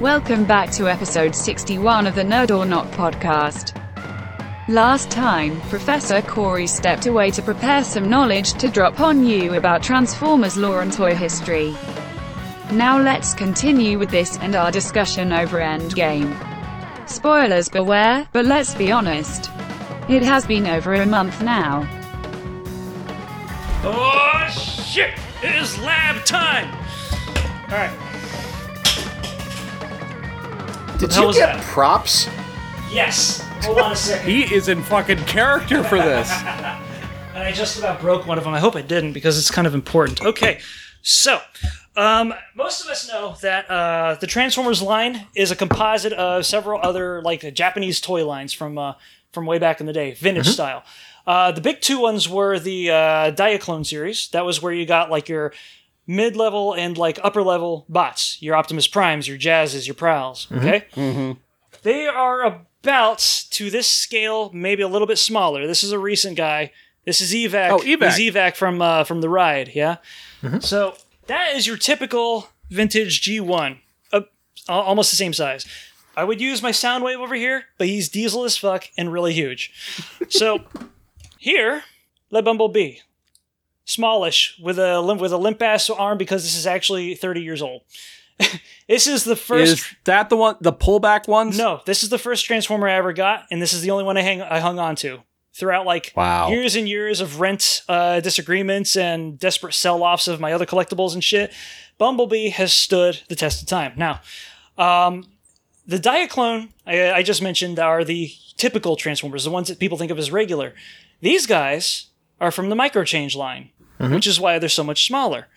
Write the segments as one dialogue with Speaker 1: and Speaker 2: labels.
Speaker 1: Welcome back to episode 61 of the Nerd or Not podcast. Last time, Professor Corey stepped away to prepare some knowledge to drop on you about Transformers lore and toy history. Now let's continue with this and our discussion over Endgame. Spoilers beware, but let's be honest. It has been over a month now.
Speaker 2: Oh shit! It is lab time. All right.
Speaker 3: Did
Speaker 2: the hell
Speaker 3: you
Speaker 2: was
Speaker 3: get
Speaker 2: that?
Speaker 3: props?
Speaker 2: Yes. Hold on a second.
Speaker 4: He is in fucking character for this.
Speaker 2: And I just about broke one of them. I hope I didn't because it's kind of important. Okay. So, um, most of us know that uh, the Transformers line is a composite of several other like the Japanese toy lines from uh, from way back in the day, vintage style. Uh, the big two ones were the uh, Diaclone series. That was where you got like your mid level and like upper level bots, your Optimus Primes, your Jazzes, your Prowls.
Speaker 4: Mm-hmm.
Speaker 2: Okay. They are about to this scale, maybe a little bit smaller. This is a recent guy. This is Evac.
Speaker 4: Oh, Evac. Mm-hmm.
Speaker 2: He's Evac from uh, from the ride. Yeah. So that is your typical vintage G1, uh, al- almost the same size. I would use my Soundwave over here, but he's diesel as fuck and really huge. So here, Le Bumblebee, smallish with a limp with a limp ass arm because this is actually 30 years old. this is the first.
Speaker 4: Is that the one, the pullback ones?
Speaker 2: No, this is the first Transformer I ever got, and this is the only one I hang I hung on to throughout like
Speaker 4: Wow.
Speaker 2: years and years of rent uh, disagreements and desperate sell offs of my other collectibles and shit. Bumblebee has stood the test of time. Now, um, the Diaclone I, I just mentioned are the typical Transformers, the ones that people think of as regular. These guys are from the Microchange line, which is why they're so much smaller.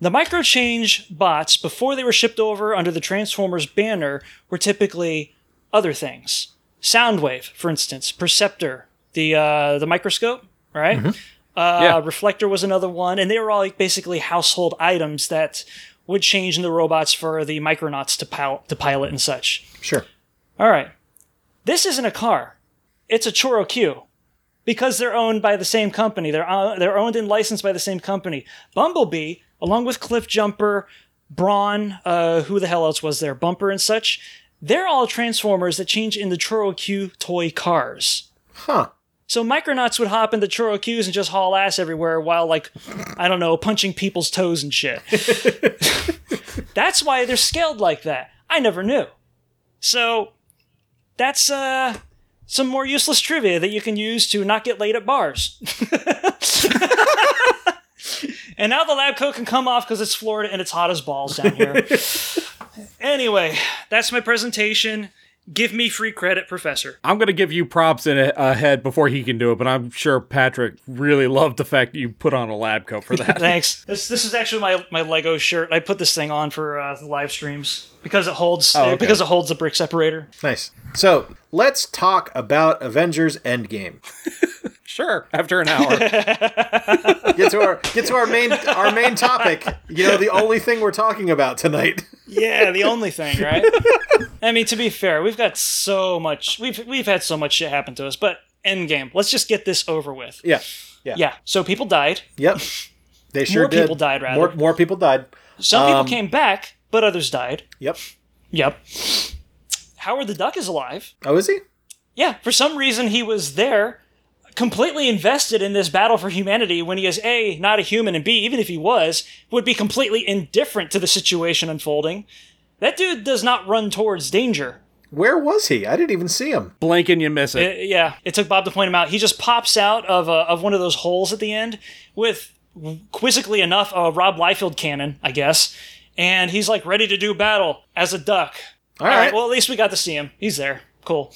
Speaker 2: The microchange bots, before they were shipped over under the Transformers banner, were typically other things. Soundwave, for instance, Perceptor, the uh, the microscope, right? Uh,
Speaker 4: Yeah.
Speaker 2: Reflector was another one, and they were all like basically household items that would change in the robots for the Micronauts to, pil- to pilot and such.
Speaker 3: Sure.
Speaker 2: All right, this isn't a car; it's a Choro Q, because they're owned by the same company. They're uh, they're owned and licensed by the same company. Bumblebee, along with Cliff Jumper, Brawn, uh, who the hell else was there? Bumper and such. They're all Transformers that change into Choro Q toy cars.
Speaker 3: Huh.
Speaker 2: So Micronauts would hop into Choro Qs and just haul ass everywhere while, like, I don't know, punching people's toes and shit. that's why they're scaled like that. I never knew. So that's uh, some more useless trivia that you can use to not get laid at bars. and now the lab coat can come off because it's Florida and it's hot as balls down here. anyway, that's my presentation. Give me free credit, Professor.
Speaker 4: I'm gonna give you props in a, ahead before he can do it, but I'm sure Patrick really loved the fact that you put on a lab coat for that.
Speaker 2: Thanks. This this is actually my, my Lego shirt. I put this thing on for uh, the live streams because it holds
Speaker 4: okay.
Speaker 2: because it holds the brick separator.
Speaker 3: Nice. So let's talk about Avengers Endgame.
Speaker 4: sure. After an hour,
Speaker 3: Get to our get to our main our main topic. You know, the only thing we're talking about tonight.
Speaker 2: Yeah, the only thing, right? I mean, to be fair, we've got so much we've we've had so much shit happen to us, but endgame. Let's just get this over with.
Speaker 3: Yeah.
Speaker 2: Yeah. So people died.
Speaker 3: Yep. They sure
Speaker 2: More
Speaker 3: did.
Speaker 2: people died, rather.
Speaker 3: More more people died.
Speaker 2: Some
Speaker 3: Um,
Speaker 2: people came back, but others died.
Speaker 3: Yep.
Speaker 2: Yep. Howard the Duck is alive.
Speaker 3: Oh, is he?
Speaker 2: Yeah, for some reason he was there, completely invested in this battle for humanity when he is A, not a human, and B, even if he was, would be completely indifferent to the situation unfolding. That dude does not run towards danger.
Speaker 3: Where was he? I didn't even see him.
Speaker 4: blink and you miss it.
Speaker 2: Uh, yeah, it took Bob to point him out. He just pops out of uh, of one of those holes at the end with quizzically enough a Rob Liefeld cannon, I guess, and he's like ready to do battle as a duck.
Speaker 3: All right.
Speaker 2: well, at least we got to see him. He's there. Cool.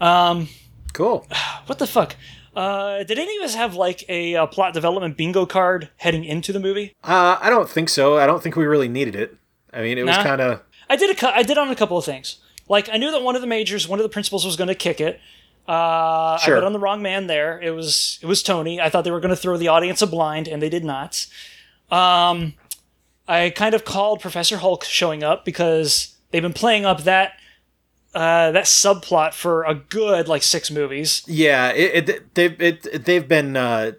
Speaker 2: Um,
Speaker 3: cool.
Speaker 2: what the fuck? Uh, did any of us have like a uh, plot development bingo card heading into the movie?
Speaker 3: Uh, I don't think so. I don't think we really needed it. I mean, it was
Speaker 2: Nah.
Speaker 3: kind of
Speaker 2: I did a cou- I did on a couple of things. Like I knew that one of the majors, one of the principals was going to kick it. Uh,
Speaker 3: Sure.
Speaker 2: I bet on the wrong man there. It was it was Tony. I thought they were going to throw the audience a blind, and they did not. Um, I kind of called Professor Hulk showing up because they've been playing up that uh, that subplot for a good like six movies.
Speaker 3: yeah. It, it they've it they've been uh,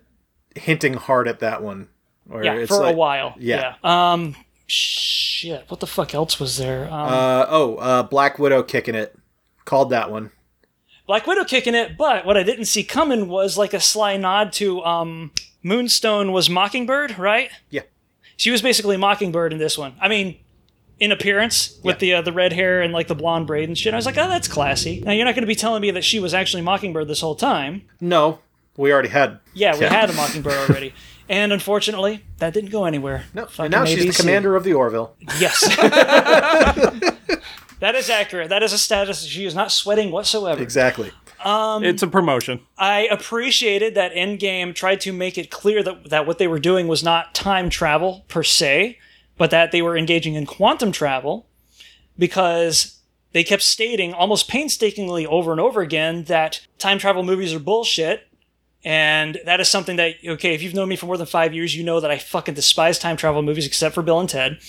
Speaker 3: hinting hard at that one. Or
Speaker 2: yeah,
Speaker 3: it's
Speaker 2: for a
Speaker 3: like-
Speaker 2: while.
Speaker 3: yeah.
Speaker 2: yeah. Um, Shit, what the fuck else was there? Um,
Speaker 3: Uh, oh, uh, Black Widow kicking it. Called that one.
Speaker 2: Black Widow kicking it, but what I didn't see coming was like a sly nod to um, Moonstone was Mockingbird, right?
Speaker 3: Yeah.
Speaker 2: She was basically Mockingbird in this one. I mean, in appearance with the uh, the red hair and like the blonde braid and shit. I was like, oh, that's classy. Now you're not going to be telling me that she was actually Mockingbird this whole time.
Speaker 3: No, we already had.
Speaker 2: Yeah, we
Speaker 3: Yeah.
Speaker 2: had a Mockingbird already, and unfortunately, that didn't go anywhere.
Speaker 3: No,
Speaker 2: Fucking
Speaker 3: and now she's the
Speaker 2: ABC.
Speaker 3: commander of the Orville.
Speaker 2: Yes. That is accurate. That is a status. She is not sweating whatsoever.
Speaker 3: Exactly.
Speaker 4: it's a promotion.
Speaker 2: I appreciated that Endgame tried to make it clear that, that what they were doing was not time travel per se, but that they were engaging in quantum travel because they kept stating almost painstakingly over and over again that time travel movies are bullshit. And that is something that, okay, if you've known me for more than five years, you know that I fucking despise time travel movies except for Bill and Ted.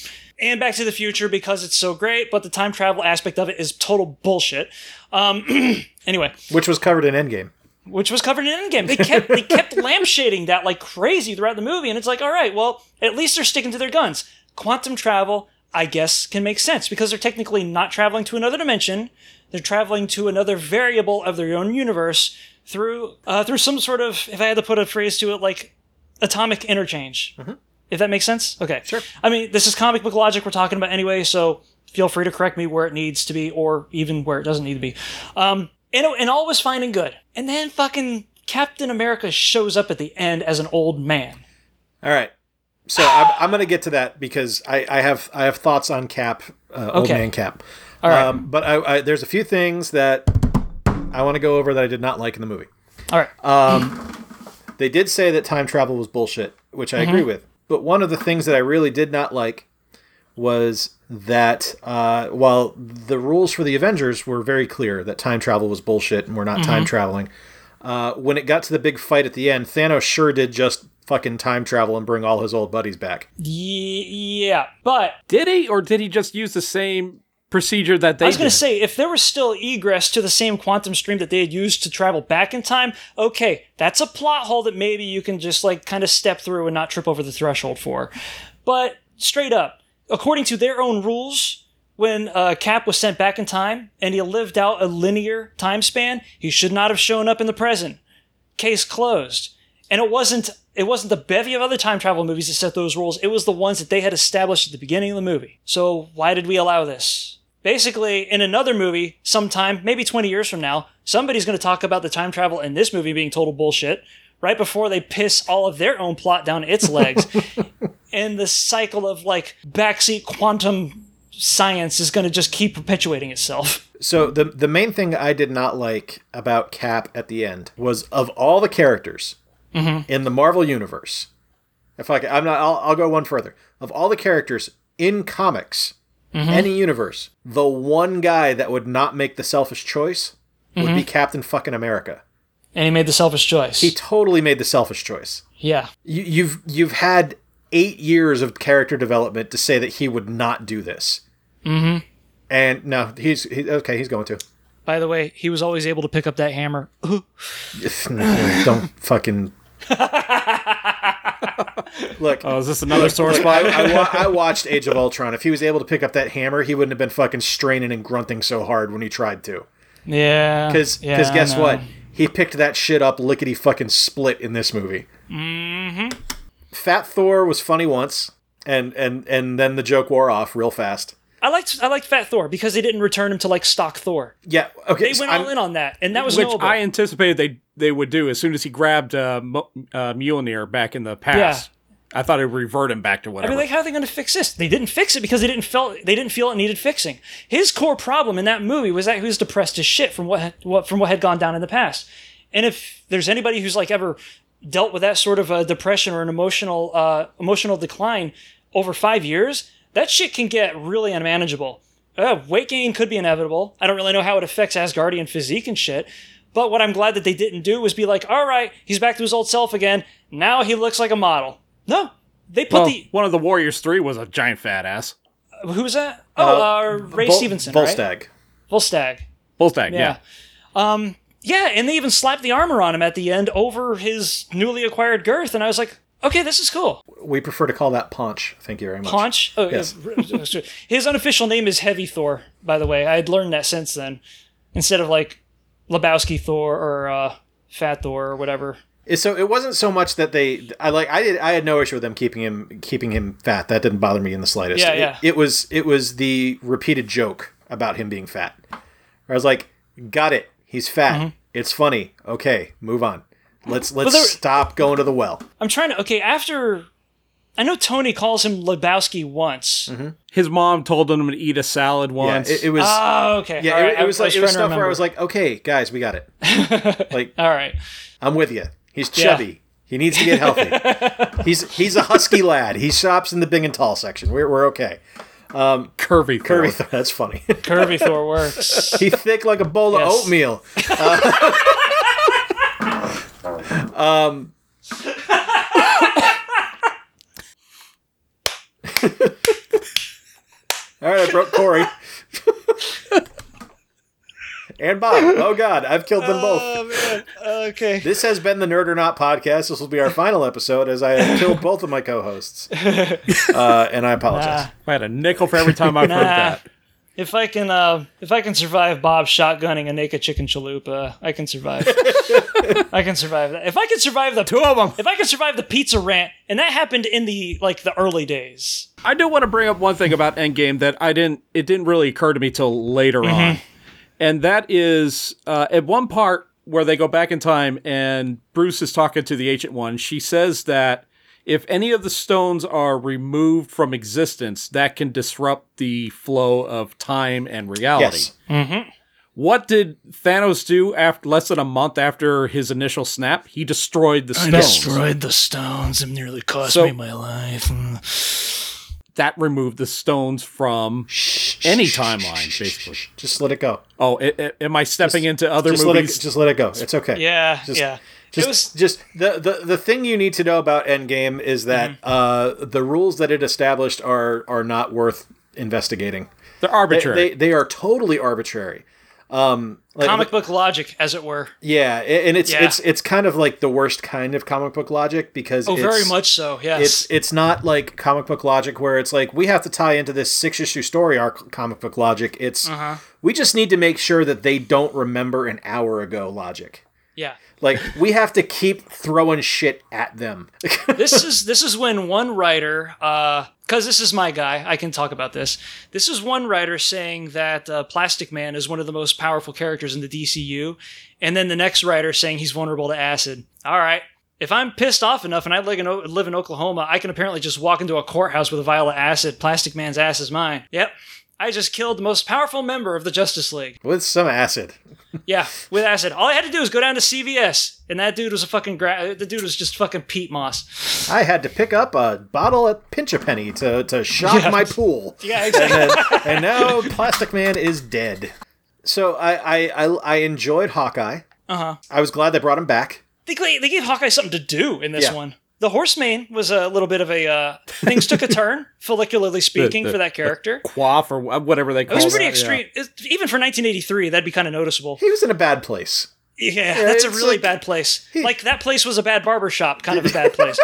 Speaker 2: And Back to the Future because it's so great, but the time travel aspect of it is total bullshit. Um, anyway
Speaker 3: Which was covered in Endgame.
Speaker 2: which was covered in Endgame. They kept they kept lampshading that like crazy throughout the movie, and it's like, all right, well, at least they're sticking to their guns. Quantum travel, I guess, can make sense because they're technically not traveling to another dimension; they're traveling to another variable of their own universe through uh, through some sort of, if I had to put a phrase to it, like atomic interchange. If that makes sense, okay, sure. I mean, this is comic book logic we're talking about anyway, so feel free to correct me where it needs to be, or even where it doesn't need to be. Um, and, it- and all was fine and good. And then fucking Captain America shows up at the end as an old man.
Speaker 3: All right. So I'm, I'm going to get to that because I, I have I have thoughts on Cap, uh, old
Speaker 2: Okay.
Speaker 3: man Cap.
Speaker 2: All right.
Speaker 3: Um, but I, I, there's a few things that I want to go over that I did not like in the movie.
Speaker 2: All right.
Speaker 3: They did say that time travel was bullshit, which I agree with. But one of the things that I really did not like was that uh, while the rules for the Avengers were very clear that time travel was bullshit and we're not time traveling, uh, when it got to the big fight at the end, Thanos sure did just fucking time travel and bring all his old buddies back.
Speaker 2: Ye- yeah. But
Speaker 4: Did he, or did he just use the same procedure that they?
Speaker 2: I was going
Speaker 4: did?
Speaker 2: to say, if there was still egress to the same quantum stream that they had used to travel back in time, okay, that's a plot hole that maybe you can just like kind of step through and not trip over the threshold for. But straight up, according to their own rules, when uh, Cap was sent back in time and he lived out a linear time span, he should not have shown up in the present. Case closed. And it wasn't it wasn't the bevy of other time travel movies that set those rules. It was the ones that they had established at the beginning of the movie. So why did we allow this? Basically, in another movie, sometime, maybe 20 years from now, somebody's going to talk about the time travel in this movie being total bullshit right before they piss all of their own plot down its legs. and the cycle of like backseat quantum science is going to just keep perpetuating itself.
Speaker 3: So the the main thing I did not like about Cap at the end was of all the characters in the Marvel universe. If I can, I'm not, I'll, I'll go one further. Of all the characters in comics, any universe, the one guy that would not make the selfish choice would be Captain Fucking America.
Speaker 2: And he made the selfish choice.
Speaker 3: He totally made the selfish choice.
Speaker 2: yeah.
Speaker 3: You, you've you've had eight years of character development to say that he would not do this. Mm-hmm. And no, he's he, okay. He's going to.
Speaker 2: By the way, he was always able to pick up that hammer.
Speaker 3: don't fucking look.
Speaker 4: Oh, is this another sore
Speaker 3: look,
Speaker 4: spot?
Speaker 3: I, I, wa- I watched Age of Ultron. If he was able to pick up that hammer, he wouldn't have been fucking straining and grunting so hard when he tried to.
Speaker 2: Yeah.
Speaker 3: Because
Speaker 2: yeah, I
Speaker 3: guess
Speaker 2: know.
Speaker 3: what? He picked that shit up lickety fucking split in this movie. Mm-hmm. Fat Thor was funny once, and and and then the joke wore off real fast.
Speaker 2: I liked I liked Fat Thor because they didn't return him to like stock Thor.
Speaker 3: Yeah. Okay.
Speaker 2: They
Speaker 3: so
Speaker 2: went
Speaker 3: I'm-
Speaker 2: all in on that, and that was
Speaker 4: Which
Speaker 2: knowable.
Speaker 4: I anticipated they they would do as soon as he grabbed uh, Mu- uh, Mjolnir back in the past. I thought it would revert him back to
Speaker 2: I
Speaker 4: whatever.
Speaker 2: mean, like, how are they going to fix this? They didn't fix it because they didn't felt they didn't feel it needed fixing. His core problem in that movie was that he was depressed as shit from what, what from what had gone down in the past. And if there's anybody who's like ever dealt with that sort of a depression or an emotional uh, emotional decline over five years, that shit can get really unmanageable. Uh, weight gain could be inevitable. I don't really know how it affects Asgardian physique and shit. But what I'm glad that they didn't do was be like, all right, he's back to his old self again. Now he looks like a model. No, they put
Speaker 4: Well,
Speaker 2: the
Speaker 4: one of the Warriors Three was a giant fat ass.
Speaker 2: who was that? Oh, uh, Ray
Speaker 3: Vol-
Speaker 2: Stevenson,
Speaker 3: Volstagg.
Speaker 2: right? Volstagg.
Speaker 4: Volstagg, yeah.
Speaker 2: Yeah. Um, yeah, and they even slapped the armor on him at the end over his newly acquired girth, and I was like, Okay, this is cool.
Speaker 3: We prefer to call that Paunch. Thank you very much.
Speaker 2: Paunch. Oh,
Speaker 3: Yes.
Speaker 2: yeah. His unofficial name is Heavy Thor, by the way. I had learned that since then. Instead of like Lebowski Thor or uh, Fat Thor or whatever.
Speaker 3: It's So it wasn't so much that they. I like. I did. I had no issue with them keeping him keeping him fat. That didn't bother me in the slightest.
Speaker 2: Yeah,
Speaker 3: it,
Speaker 2: yeah.
Speaker 3: It was it was the repeated joke about him being fat. I was like, got it. He's fat. It's funny. Okay, move on. Let's let's
Speaker 2: Mm-hmm. there-
Speaker 3: stop going to the well.
Speaker 2: I'm trying to. Okay, after. I know Tony calls him Lebowski once.
Speaker 3: Mm-hmm.
Speaker 4: His mom told him to eat a salad
Speaker 3: Yeah,
Speaker 4: once.
Speaker 3: it, it was.
Speaker 2: Oh, okay.
Speaker 3: yeah,
Speaker 2: All
Speaker 3: it,
Speaker 2: right,
Speaker 3: it was
Speaker 2: I- I
Speaker 3: like it was
Speaker 2: trying to
Speaker 3: stuff where I
Speaker 2: remember.
Speaker 3: was like, okay, guys, we got it. like
Speaker 2: all right.
Speaker 3: I'm with you. He's chubby. He needs to get healthy. he's he's a husky lad. He shops in the big and tall section. We're we're okay.
Speaker 4: curvy.
Speaker 3: Kirby,
Speaker 4: Thor.
Speaker 3: that's funny.
Speaker 2: Curvy Thor works.
Speaker 3: He thick like a bowl
Speaker 2: Yes.
Speaker 3: of oatmeal. Uh, um. All right, I broke Corey. and Bob. Oh, God. I've killed them
Speaker 2: Oh,
Speaker 3: both.
Speaker 2: Okay.
Speaker 3: This has been the Nerd or Not podcast. This will be our final episode as I have killed both of my co hosts. Uh, and I apologize.
Speaker 2: Nah.
Speaker 4: I had a nickel for every time I've heard
Speaker 2: Nah.
Speaker 4: that.
Speaker 2: If I can, uh, if I can survive Bob shotgunning a naked chicken chalupa, I can survive. I can survive that. If I can survive the
Speaker 4: Two of them.
Speaker 2: if I can survive the pizza rant, and that happened in the like the early days.
Speaker 4: I do want to bring up one thing about Endgame that I didn't. It didn't really occur to me till later
Speaker 2: Mm-hmm.
Speaker 4: on, and that is uh, at one part where they go back in time and Bruce is talking to the Ancient One. She says that if any of the stones are removed from existence, that can disrupt the flow of time and reality.
Speaker 3: Yes.
Speaker 4: What did Thanos do after less than a month after his initial snap? He destroyed the stones.
Speaker 2: the stones and nearly cost
Speaker 4: So- me
Speaker 2: my life. Hmm.
Speaker 4: that removed the stones from any timeline, basically.
Speaker 3: Just let it go.
Speaker 4: Oh, i i am I stepping into other
Speaker 3: Just let it,
Speaker 4: movies?
Speaker 3: just let it go. It's okay.
Speaker 2: Yeah,
Speaker 3: Just-
Speaker 2: yeah.
Speaker 3: just,
Speaker 2: it was
Speaker 3: just the, the the thing you need to know about Endgame is that
Speaker 2: Mm-hmm.
Speaker 3: uh, the rules that it established are are not worth investigating.
Speaker 4: They're
Speaker 3: They,
Speaker 4: arbitrary.
Speaker 3: they they are totally arbitrary. Um, like,
Speaker 2: comic book logic, as it were.
Speaker 3: yeah, a- and it's
Speaker 2: Yeah.
Speaker 3: it's it's kind of like the worst kind of comic book logic because
Speaker 2: Oh,
Speaker 3: it's,
Speaker 2: very much so. Yes.
Speaker 3: It's it's not like comic book logic where it's like we have to tie into this six issue story arc. Comic book logic. It's
Speaker 2: Uh-huh.
Speaker 3: we just need to make sure that they don't remember an hour ago logic.
Speaker 2: yeah.
Speaker 3: Like we have to keep throwing shit at them.
Speaker 2: this is this is when one writer because this is my guy i can talk about this this is one writer saying that uh, plastic man is one of the most powerful characters in the dcu and then the next writer saying he's vulnerable to acid all right if i'm pissed off enough and i live in, O- live in oklahoma i can apparently just walk into a courthouse with a vial of acid plastic man's ass is mine yep I just killed the most powerful member of the Justice League.
Speaker 3: with some acid.
Speaker 2: Yeah, with acid. All I had to do was go down to CVS, and that dude was a fucking gra- the dude was just fucking peat moss.
Speaker 3: I had to pick up a bottle at Pinch a Penny to, to shock my pool.
Speaker 2: Yeah, exactly.
Speaker 3: And, uh, and now Plastic Man is dead. So I, I, I, I enjoyed Hawkeye. Uh
Speaker 2: Uh-huh.
Speaker 3: I was glad they brought him back.
Speaker 2: they gla- they gave Hawkeye something to do in this
Speaker 3: Yeah.
Speaker 2: one. The horseman was a little bit of a uh, things took a turn, follicularly speaking,
Speaker 4: the-
Speaker 2: for that character.
Speaker 4: Quaff or wh- whatever they
Speaker 2: It
Speaker 4: call
Speaker 2: was
Speaker 4: that,
Speaker 2: pretty
Speaker 4: yeah.
Speaker 2: extreme, It- even for 1983. That'd be kind of noticeable.
Speaker 3: He was in a bad place.
Speaker 2: Yeah, that's a
Speaker 3: it's
Speaker 2: really
Speaker 3: like-
Speaker 2: bad place. like that place was a bad barber shop, kind of a bad place.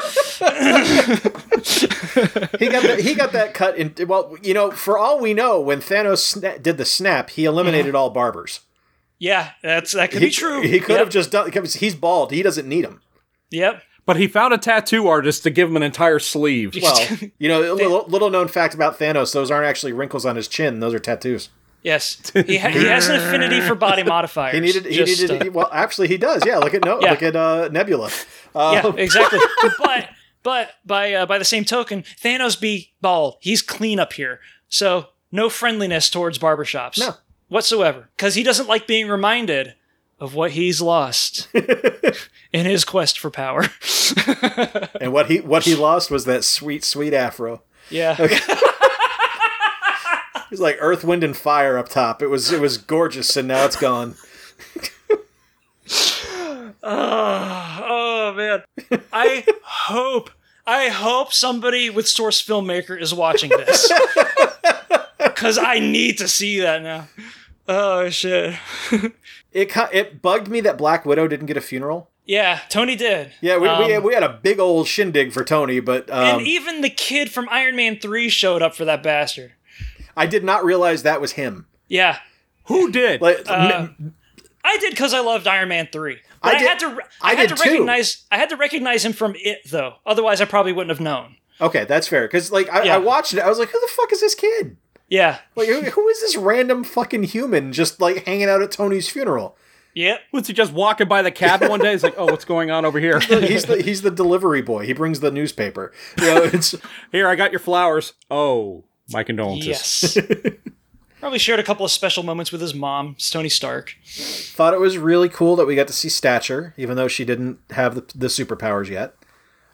Speaker 3: He got that, he got that cut in. Well, you know, for all we know, when Thanos sna- did the snap, he eliminated all barbers.
Speaker 2: yeah, that's that could
Speaker 3: He,
Speaker 2: Mm-hmm. be true.
Speaker 3: He could
Speaker 2: yep,
Speaker 3: have just done because he's bald. He doesn't need them.
Speaker 2: Yep.
Speaker 4: But he found a tattoo artist to give him an entire sleeve.
Speaker 3: Well, you know, a little, little known fact about Thanos: those aren't actually wrinkles on his chin; those are tattoos.
Speaker 2: Yes, he, ha- he has an affinity for body modifiers.
Speaker 3: He needed. He
Speaker 2: Just,
Speaker 3: needed.
Speaker 2: uh,
Speaker 3: he- well, actually, he does. Yeah, look at no.
Speaker 2: Yeah.
Speaker 3: Look at uh, Nebula. Uh,
Speaker 2: yeah, exactly. but but by uh, by the same token, Thanos be bald. He's clean up here, so no friendliness towards barbershops.
Speaker 3: No.
Speaker 2: whatsoever, because he doesn't like being reminded of what he's lost in his quest for power.
Speaker 3: And what he what he lost was that sweet, sweet afro.
Speaker 2: yeah,
Speaker 3: It was like Earth, Wind, and Fire up top. It was it was gorgeous, and now it's gone.
Speaker 2: Oh man, I hope. I hope somebody with Source Filmmaker is watching this. Cause I need to see that now. Oh shit.
Speaker 3: It ki- it bugged me that Black Widow didn't get a funeral.
Speaker 2: Yeah, Tony did.
Speaker 3: Yeah, we, we,
Speaker 2: Um,
Speaker 3: we had a big old shindig for Tony, but um,
Speaker 2: and e- even the kid from Iron Man 3 showed up for that bastard.
Speaker 3: I did not realize that was him.
Speaker 2: Yeah.
Speaker 4: Who did?
Speaker 2: Uh,
Speaker 3: Like,
Speaker 2: I did because I loved Iron Man 3.
Speaker 3: I
Speaker 2: But I,
Speaker 3: did-
Speaker 2: had to re-
Speaker 3: I
Speaker 2: I, had
Speaker 3: did
Speaker 2: to
Speaker 3: too.
Speaker 2: recognize I had to recognize him from it though. Otherwise I probably wouldn't have known.
Speaker 3: okay, that's fair. Because like I,
Speaker 2: Yeah.
Speaker 3: I watched it, I was like, who the fuck is this kid?
Speaker 2: Yeah.
Speaker 3: Like, who, who is this random fucking human just like hanging out at Tony's funeral?
Speaker 2: Yep.
Speaker 4: was he just walking by the cabin one day? He's like, oh, what's going on over here?
Speaker 3: He's the he's the delivery boy. He brings the newspaper. You know, it's
Speaker 4: Here, I got your flowers. Oh, my condolences.
Speaker 2: Yes. probably shared a couple of special moments with his mom, Tony Stark.
Speaker 3: Um, thought it was really cool that we got to see Stature, even though she didn't have the, the superpowers yet.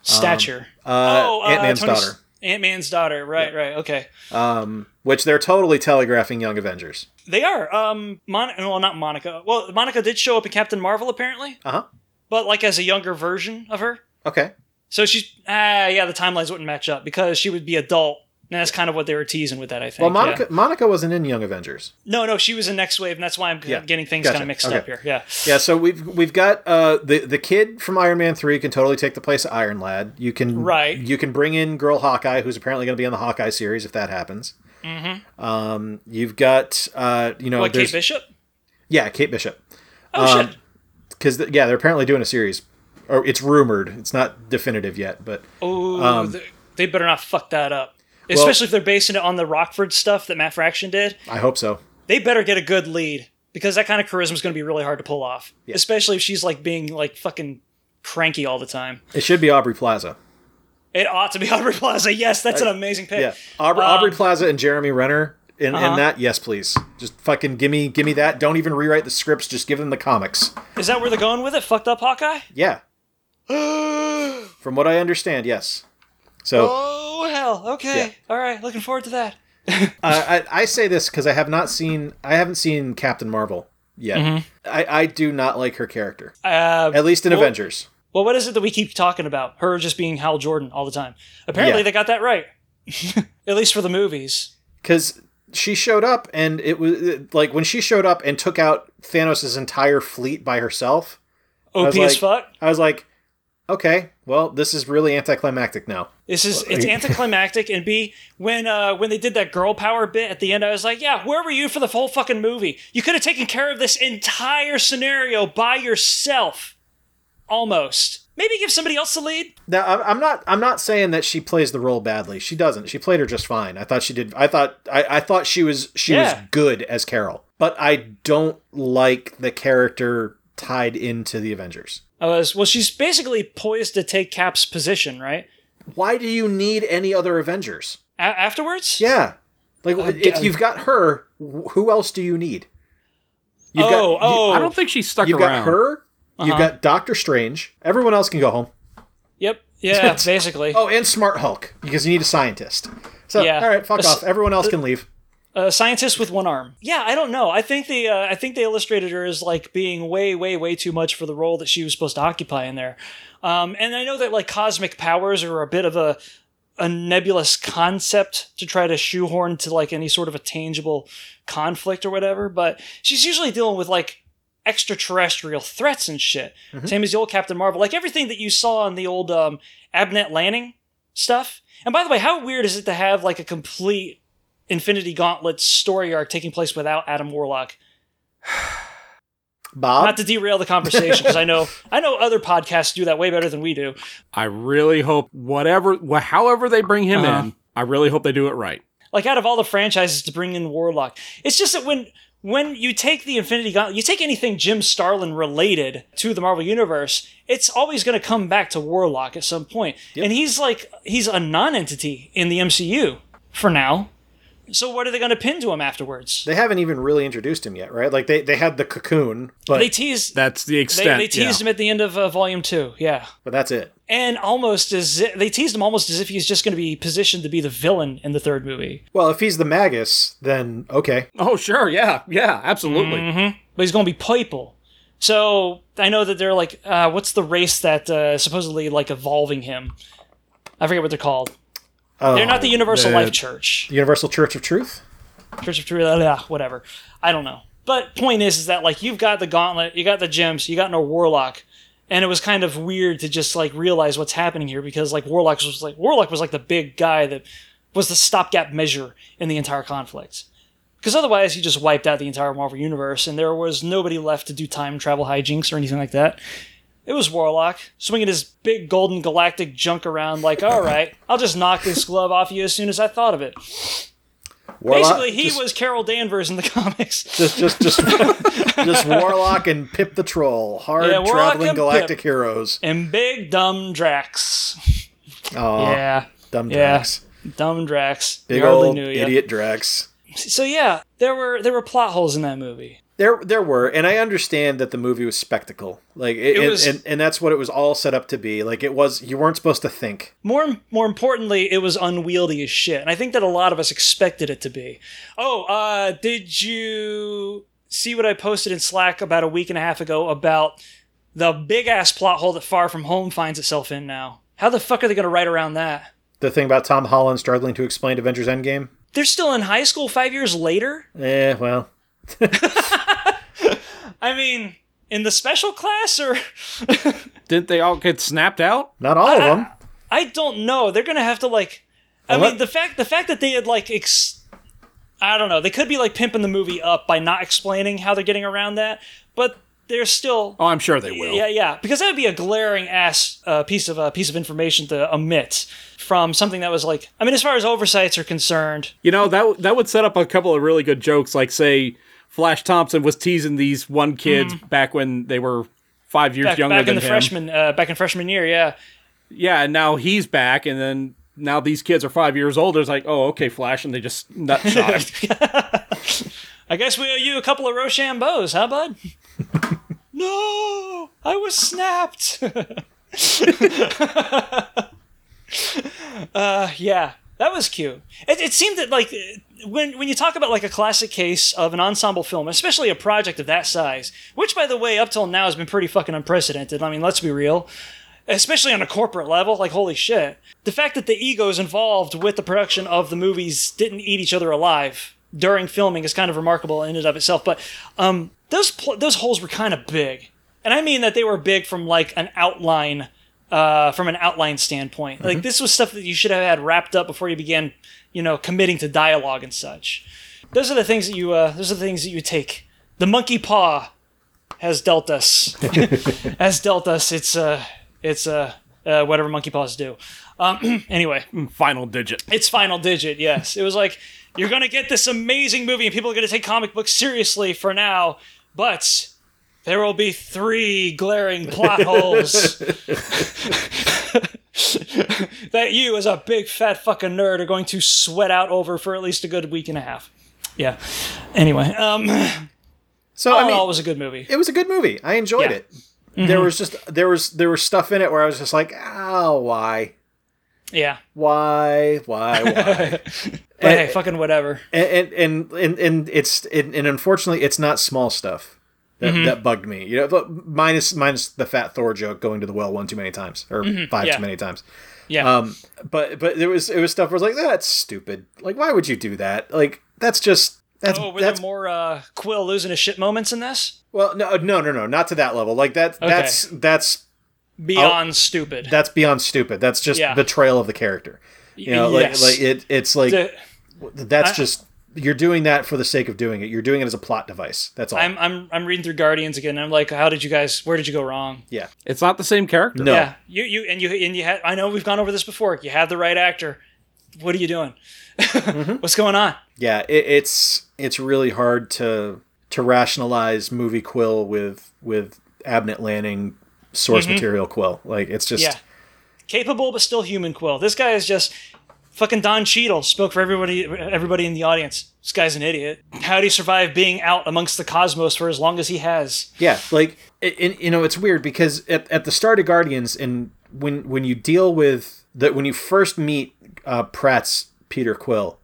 Speaker 2: Stature. oh,
Speaker 3: uh, Ant-Man's
Speaker 2: Tony's-
Speaker 3: daughter.
Speaker 2: Ant-Man's daughter. Right, right. Okay.
Speaker 3: Which they're totally telegraphing Young Avengers.
Speaker 2: They are. Um, Mon- well, not Monica. Well, Monica did show up in Captain Marvel apparently,
Speaker 3: Uh huh.
Speaker 2: but like as a younger version of her.
Speaker 3: Okay.
Speaker 2: So she's ah yeah, the timelines wouldn't match up because she would be adult. And that's kind of what they were teasing with that, I think.
Speaker 3: Well, Monica
Speaker 2: yeah.
Speaker 3: Monica wasn't in Young Avengers.
Speaker 2: No, no, she was in Next Wave, and that's why I'm
Speaker 3: Yeah.
Speaker 2: getting things
Speaker 3: Gotcha.
Speaker 2: kind of mixed
Speaker 3: Okay.
Speaker 2: up here. Yeah.
Speaker 3: Yeah, so we've we've got uh, the the kid from Iron Man three can totally take the place of Iron Lad. You can
Speaker 2: Right.
Speaker 3: You can bring in Girl Hawkeye, who's apparently going to be in the Hawkeye series if that happens. Mm-hmm. Um, you've got uh, you know,
Speaker 2: What,
Speaker 3: there's- um,
Speaker 2: Kate Bishop?
Speaker 3: yeah, Kate Bishop,
Speaker 2: Oh, shit.
Speaker 3: because th- yeah, they're apparently doing a series, or it's rumored. It's not definitive yet, but
Speaker 2: Oh,
Speaker 3: um,
Speaker 2: they, they better not fuck that up. Especially if they're basing it on the Rockford stuff that Matt Fraction did.
Speaker 3: I hope so.
Speaker 2: They better get a good lead because that kind of charisma is going to be really hard to pull off. Especially if she's like being like fucking cranky all the time.
Speaker 3: It should be Aubrey Plaza.
Speaker 2: It ought to be Aubrey Plaza. Yes, that's an amazing pick.
Speaker 3: Yeah, Aubrey, Aubrey Plaza and Jeremy Renner in,
Speaker 2: Uh-huh.
Speaker 3: in that. Yes, please. Just fucking give me give me that. Don't even rewrite the scripts. Just give them the comics.
Speaker 2: Is that where they're going with it? Fucked up Hawkeye?
Speaker 3: Yeah, from what I understand, yes. So.
Speaker 2: oh hell. Okay.
Speaker 3: Yeah.
Speaker 2: All right. Looking forward to that.
Speaker 3: uh, I, I I say this because I have not seen I haven't seen Captain Marvel yet. I, I do not like her character,
Speaker 2: Mm-hmm. Uh,
Speaker 3: at least in
Speaker 2: well-
Speaker 3: Avengers.
Speaker 2: well, what is it that we keep talking about? Her just being Hal Jordan all the time. Apparently,
Speaker 3: Yeah.
Speaker 2: they got that right. At least for the movies.
Speaker 3: because she showed up and it was it- like when she showed up and took out Thanos' entire fleet by herself.
Speaker 2: OP as
Speaker 3: like-
Speaker 2: fuck.
Speaker 3: I was like, okay, well, this is really anticlimactic now.
Speaker 2: This is it's anticlimactic. And B, when uh, when they did that girl power bit at the end, I was like, yeah, where were you for the whole fucking movie? You could have taken care of this entire scenario by yourself, almost. Maybe give somebody else the lead.
Speaker 3: Now, I'm I'm not I'm not saying that she plays the role badly. She doesn't. She played her just fine. I thought she did. I thought I, I thought she was she
Speaker 2: Yeah.
Speaker 3: was good as Carol, but I don't like the character tied into the Avengers.
Speaker 2: I was well. She's basically poised to take Cap's position, right?
Speaker 3: why do you need any other Avengers?
Speaker 2: A- afterwards,
Speaker 3: Yeah. Like
Speaker 2: Uh,
Speaker 3: if you've got her, wh- who else do you need? You've got-
Speaker 2: oh,
Speaker 3: you-
Speaker 2: oh,
Speaker 4: I don't think she stuck
Speaker 3: You've
Speaker 4: around.
Speaker 3: got her,
Speaker 2: Uh-huh.
Speaker 3: you've got Doctor Strange. Everyone else can go home.
Speaker 2: yep, yeah, basically.
Speaker 3: Oh, and Smart Hulk because you need a scientist. So
Speaker 2: Yeah.
Speaker 3: all right, fuck
Speaker 2: Us-
Speaker 3: off. Everyone else can leave.
Speaker 2: A scientist with one arm. Yeah, I don't know. I think the uh, I think they illustrated her as like being way, way, way too much for the role that she was supposed to occupy in there. Um, and I know that like cosmic powers are a bit of a a nebulous concept to try to shoehorn to like any sort of a tangible conflict or whatever. But she's usually dealing with like extraterrestrial threats and shit. Same as the old Captain Marvel. Like everything that you saw in the old um, Abnett Lanning stuff. And by the way, how weird is it to have like a complete Infinity Gauntlet story arc taking place without Adam Warlock? Not
Speaker 3: Bob,
Speaker 2: to derail the conversation, because I know I know other podcasts do that way better than we do.
Speaker 4: I really hope whatever, wh- however they bring him
Speaker 2: Uh-huh.
Speaker 4: in, I really hope they do it right.
Speaker 2: like out of all the franchises to bring in Warlock. It's just that when when you take the Infinity Gauntlet, you take anything Jim Starlin related to the Marvel Universe, it's always going to come back to Warlock at some point. And he's like he's a non-entity in the MCU for now. So what are they going to pin to him afterwards?
Speaker 3: they haven't even really introduced him yet, right? Like they, they had the cocoon, but
Speaker 2: They teased
Speaker 4: That's the
Speaker 2: they,
Speaker 4: extent.
Speaker 2: they teased
Speaker 4: yeah.
Speaker 2: him at the end of uh, Volume Two, yeah.
Speaker 3: but that's it.
Speaker 2: And almost as if, they teased him almost as if he's just going to be positioned to be the villain in the third movie,
Speaker 3: Well, if he's the Magus, then okay.
Speaker 4: Oh, sure. Yeah. Yeah. Absolutely.
Speaker 2: Mm-hmm. but he's going to be purple. So I know that they're like, uh, what's the race that uh, supposedly like evolving him? I forget what they're called. they're not the Universal
Speaker 4: the-
Speaker 2: Life Church,
Speaker 3: Universal Church of Truth.
Speaker 2: Church of Truth, blah, blah, whatever. I don't know. But point is, is that like you've got the gauntlet, you got the gems, you got no warlock, and it was kind of weird to just like realize what's happening here because like Warlock was like Warlock was like the big guy that was the stopgap measure in the entire conflict. Because otherwise, he just wiped out the entire Marvel universe, and there was nobody left to do time travel hijinks or anything like that. It was Warlock swinging his big golden galactic junk around, like, all right, I'll just knock this glove off you as soon as I thought of it.
Speaker 3: Warlock,
Speaker 2: Basically, he
Speaker 3: just,
Speaker 2: was Carol Danvers in the comics.
Speaker 3: just just just just Warlock and Pip the Troll, hard
Speaker 2: Yeah, Warlock
Speaker 3: traveling
Speaker 2: and
Speaker 3: galactic
Speaker 2: Pip.
Speaker 3: heroes.
Speaker 2: And big dumb Drax.
Speaker 3: Oh,
Speaker 2: yeah.
Speaker 3: dumb
Speaker 2: yeah.
Speaker 3: Drax,
Speaker 2: Dumb Drax.
Speaker 3: big
Speaker 2: We hardly
Speaker 3: old
Speaker 2: knew ya.
Speaker 3: idiot Drax.
Speaker 2: So yeah, there were there were plot holes in that movie.
Speaker 3: There, there were, and I understand that the movie was spectacle, like, it,
Speaker 2: It
Speaker 3: and-
Speaker 2: was-
Speaker 3: and, and that's what it was all set up to be. Like, it was you weren't supposed to think.
Speaker 2: More more importantly, it was unwieldy as shit, and I think that a lot of us expected it to be. Oh, uh, did you see what I posted in Slack about a week and a half ago about the big ass plot hole that Far From Home finds itself in now? How the fuck are they going to write around that?
Speaker 3: The thing about Tom Holland struggling to explain Avengers Endgame.
Speaker 2: They're still in high school five years later.
Speaker 3: Eh, well,
Speaker 2: I mean, in the special class, or
Speaker 4: Didn't they all get snapped out?
Speaker 3: not all
Speaker 2: Ah,
Speaker 3: of them.
Speaker 2: I don't know. They're gonna have to like. I
Speaker 3: Unless-
Speaker 2: mean, the fact the fact that they had like ex- I don't know. They could be like pimping the movie up by not explaining how they're getting around that, but they're still.
Speaker 4: Oh, I'm sure they will.
Speaker 2: Yeah, yeah, because that would be a glaring ass uh, piece of uh, piece of information to omit from something that was like. I mean, as far as oversights are concerned,
Speaker 4: You know that that would set up a couple of really good jokes, like say Flash Thompson was teasing these one kids back when they were five years
Speaker 2: Mm-hmm. back,
Speaker 4: younger
Speaker 2: back
Speaker 4: than
Speaker 2: in the
Speaker 4: him.
Speaker 2: freshman uh, back in freshman year, yeah,
Speaker 4: Yeah, and now he's back, and then now these kids are five years older. It's like, oh, okay, Flash, and they just nut shot him.
Speaker 2: I guess we owe you a couple of Rochambeaus, huh, bud? no, I was snapped. uh, yeah, that was cute. It, it seemed that like when when you talk about like a classic case of an ensemble film, especially a project of that size, which by the way, up till now has been pretty fucking unprecedented. I mean, let's be real. Especially on a corporate level, like holy shit. The fact that the egos involved with the production of the movies didn't eat each other alive during filming is kind of remarkable in and of itself. But um, those pl- those holes were kind of big, and I mean that they were big from like an outline, uh, from an outline standpoint. Like this was stuff that you should have had wrapped up before you began, you know, committing to dialogue and such. Those are the things that you. Uh, those are the things that you take. The monkey paw has dealt us. has dealt us. It's uh, it's uh, uh, whatever monkey paws do. Um, anyway
Speaker 4: Final digit.
Speaker 2: its final digit. Yes, it was like you're going to get this amazing movie, and people are going to take comic books seriously for now, but there will be three glaring plot holes that you, as a big fat fucking nerd, are going to sweat out over for at least a good week and a half. Yeah. Anyway, um,
Speaker 3: So
Speaker 2: all
Speaker 3: I
Speaker 2: in
Speaker 3: mean,
Speaker 2: all, it was a good movie.
Speaker 3: it was a good movie. I enjoyed
Speaker 2: Yeah. Mm-hmm.
Speaker 3: it. There was just there was there was stuff in it where I was just like, oh, why,
Speaker 2: Yeah.
Speaker 3: why, why, why,
Speaker 2: But hey, fucking whatever.
Speaker 3: and and and and it's and, and unfortunately, it's not small stuff that,
Speaker 2: Mm-hmm.
Speaker 3: that bugged me. You know, but minus minus the fat Thor joke going to the well one too many times or five
Speaker 2: Mm-hmm. Yeah.
Speaker 3: too many times.
Speaker 2: Yeah.
Speaker 3: Um, but but there was it was stuff where I was like, that's stupid. Like, why would you do that? Like, that's just that's
Speaker 2: oh, were there
Speaker 3: that's
Speaker 2: more uh, Quill losing his shit moments in this?
Speaker 3: well, no, no, no, no, not to that level. Like that that's that's
Speaker 2: Beyond
Speaker 3: Oh.
Speaker 2: stupid.
Speaker 3: that's beyond stupid. That's just
Speaker 2: Yeah.
Speaker 3: betrayal of the character. You know,
Speaker 2: yes.
Speaker 3: like, like it, it's like
Speaker 2: The-
Speaker 3: that's
Speaker 2: I-
Speaker 3: just you're doing that for the sake of doing it. You're doing it as a plot device. That's all.
Speaker 2: I'm I'm I'm reading through Guardians again. And I'm like, how did you guys? Where did you go wrong?
Speaker 3: yeah,
Speaker 4: It's not the same character.
Speaker 3: no,
Speaker 2: Yeah, you you and you and you had. I know we've gone over this before. You have the right actor. What are you doing?
Speaker 3: Mm-hmm.
Speaker 2: What's going on?
Speaker 3: yeah. It, it's it's really hard to to rationalize movie Quill with with Abnett Lanning source material Quill. Like it's just
Speaker 2: Yeah, capable but still human. Quill. This guy is just fucking Don Cheadle. Spoke for everybody everybody in the audience. This guy's an idiot. How would he survive being out amongst the cosmos for as long as he has?
Speaker 3: Yeah, like it, it, you know, it's weird because at, at the start of Guardians, and when when you deal with that, when you first meet uh, Pratt's Peter Quill,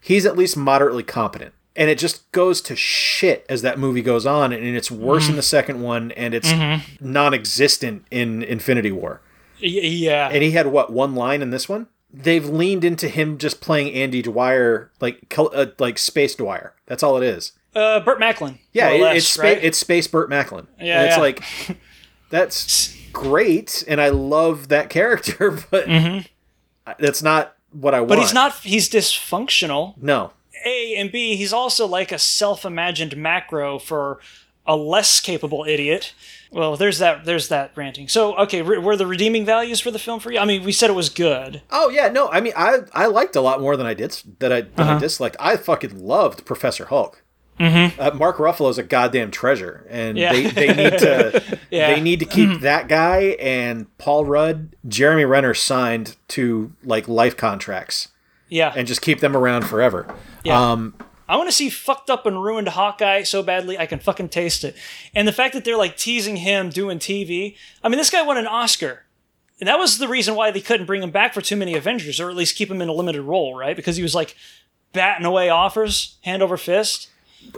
Speaker 3: he's at least moderately competent, and it just goes to shit as that movie goes on, and it's worse in the second one, and it's non-existent in Infinity War.
Speaker 2: Y- yeah,
Speaker 3: And he had what one line in this one? They've leaned into him just playing Andy Dwyer, like col- uh, like Space Dwyer. That's all it is.
Speaker 2: uh, Burt Macklin.
Speaker 3: Yeah,
Speaker 2: more or
Speaker 3: it,
Speaker 2: less,
Speaker 3: it's spa-
Speaker 2: right?
Speaker 3: it's space Burt Macklin.
Speaker 2: Yeah,
Speaker 3: And it's
Speaker 2: yeah.
Speaker 3: like that's great, and I love that character, but I- that's not what I want.
Speaker 2: Mm-hmm. But he's not. He's dysfunctional.
Speaker 3: No,
Speaker 2: A and B. He's also like a self-imagined macro for a less capable idiot. Well, there's that. There's that ranting. So okay, re- were the redeeming values for the film for you? I mean, we said it was good.
Speaker 3: Oh yeah, no. I mean, I I liked a lot more than I did that I, than I
Speaker 2: Uh-huh.
Speaker 3: disliked. I fucking loved Professor Hulk. Mm-hmm. Uh, Mark Ruffalo's a goddamn treasure, and
Speaker 2: Yeah.
Speaker 3: they, they need to
Speaker 2: Yeah.
Speaker 3: they need to keep that guy and Paul Rudd, Jeremy Renner signed to like life contracts
Speaker 2: Yeah.
Speaker 3: and just keep them around forever.
Speaker 2: Yeah.
Speaker 3: Um,
Speaker 2: I want to see fucked up and ruined Hawkeye so badly I can fucking taste it. And the fact that they're like teasing him doing TV. I mean, this guy won an Oscar. And that was the reason why they couldn't bring him back for too many Avengers, or at least keep him in a limited role, right? Because he was like batting away offers, hand over fist.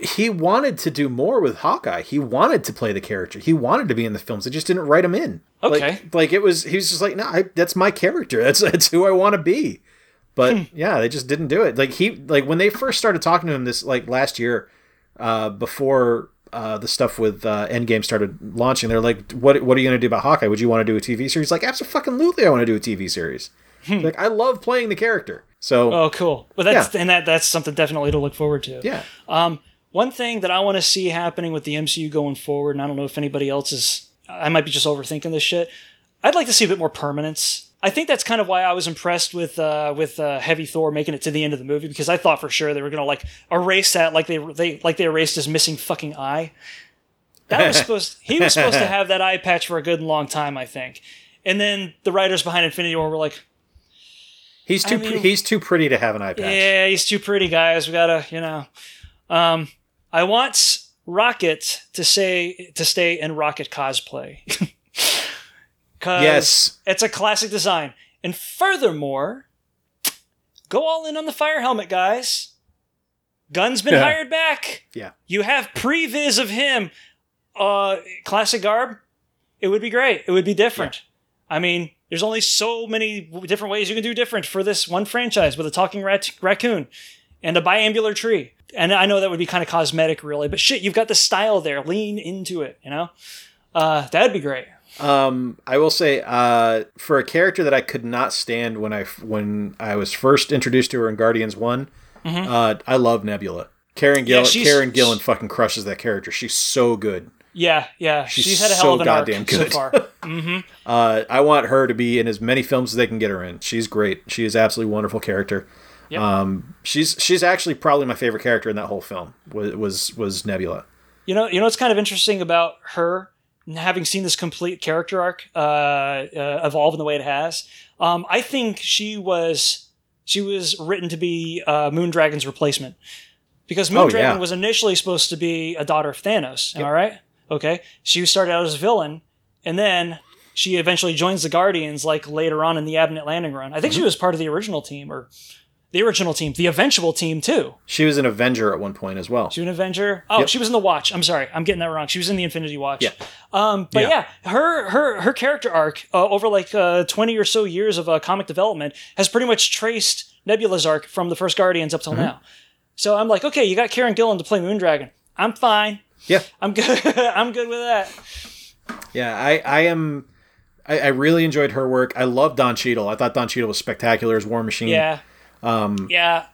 Speaker 3: he wanted to do more with Hawkeye. He wanted to play the character. He wanted to be in the films. They just didn't write him in.
Speaker 2: Okay.
Speaker 3: Like, like it was. He was just like, no, I, that's my character. That's that's who I want to be.
Speaker 2: Hmm.
Speaker 3: But yeah, they just didn't do it. Like he, like when they first started talking to him this like last year, uh, before uh, the stuff with uh, Endgame started launching, they're like, what What are you gonna do about Hawkeye? Would you want to do a TV series? Like, absolutely, I want to do a TV series. Like, I love playing the character. So
Speaker 2: Hmm. Oh, cool. But that's
Speaker 3: Yeah.
Speaker 2: and that that's something definitely to look forward to.
Speaker 3: yeah,
Speaker 2: One thing that I want to see happening with the MCU going forward, and I don't know if anybody else is, I might be just overthinking this shit. I'd like to see a bit more permanence. I think that's kind of why I was impressed with uh, with uh, Heavy Thor making it to the end of the movie because I thought for sure they were gonna like erase that, like they they like they erased his missing fucking eye. That was supposed he was supposed to have that eye patch for a good long time, I think. And then the writers behind Infinity War were like,
Speaker 3: he's too
Speaker 2: mean-
Speaker 3: pre- he's too pretty to have an eye patch.
Speaker 2: Yeah, he's too pretty, guys. We gotta, you know. Um, I want Rocket to say to stay in Rocket cosplay. 'Cause
Speaker 3: Yes.
Speaker 2: it's a classic design. And furthermore, go all in on the fire helmet, guys. Gun's been
Speaker 4: Yeah.
Speaker 2: hired back.
Speaker 3: Yeah.
Speaker 2: You have previs of him. Uh, classic garb. It would be great. It would be different. I mean, there's only so many w- different ways you can do different for this one franchise with a talking rat- raccoon and a biambular tree. And I know that would be kind of cosmetic, really, but shit, you've got the style there. Lean into it, you know? Uh, that'd be great.
Speaker 3: Um, I will say, uh, for a character that I could not stand when I when I was first introduced to her in Guardians One, uh, I love Nebula. Karen Gill,
Speaker 2: Mm-hmm. Yeah, she's-
Speaker 3: Karen Gillan fucking crushes that character. She's so good.
Speaker 2: Yeah, yeah. She's,
Speaker 3: She's
Speaker 2: had a hell
Speaker 3: so
Speaker 2: of an arc
Speaker 3: goddamn
Speaker 2: so
Speaker 3: good.
Speaker 2: far.
Speaker 3: Uh, I want her to be in as many films as they can get her in. She's great. She is absolutely wonderful character.
Speaker 2: Yep.
Speaker 3: Um, she's she's actually probably my favorite character in that whole film was was, was Nebula.
Speaker 2: You know, you know what's kind of interesting about her and having seen this complete character arc uh, uh, evolve in the way it has. Um, I think she was she was written to be uh, Moondragon's replacement because
Speaker 3: Oh,
Speaker 2: Moondragon
Speaker 3: yeah.
Speaker 2: was initially supposed to be a daughter of Thanos. Am I right? Okay, she started out as a villain, and then she eventually joins the Guardians like later on in the Abnett Landing run. I think
Speaker 3: Mm-hmm.
Speaker 2: she was part of the original team or the original team, the eventual team too.
Speaker 3: She was an Avenger at one point as well.
Speaker 2: She was an Avenger. Oh,
Speaker 3: Yep.
Speaker 2: she was in the Watch. I'm sorry, I'm getting that wrong. She was in the Infinity Watch.
Speaker 3: Yeah.
Speaker 2: Um, but yeah.
Speaker 4: Yeah.
Speaker 2: her her her character arc uh, over like uh, 20 or so years of uh, comic development has pretty much traced Nebula's arc from the first Guardians up till
Speaker 3: Mm-hmm.
Speaker 2: now. So I'm like, okay, you got Karen Gillan to play Moondragon. I'm fine.
Speaker 3: Yeah.
Speaker 2: I'm good. I'm good with that.
Speaker 3: Hmm. Yeah, I, I am. I, I really enjoyed her work. I love Don Cheadle. I thought Don Cheadle was spectacular as War Machine.
Speaker 2: Yeah. Um, yeah.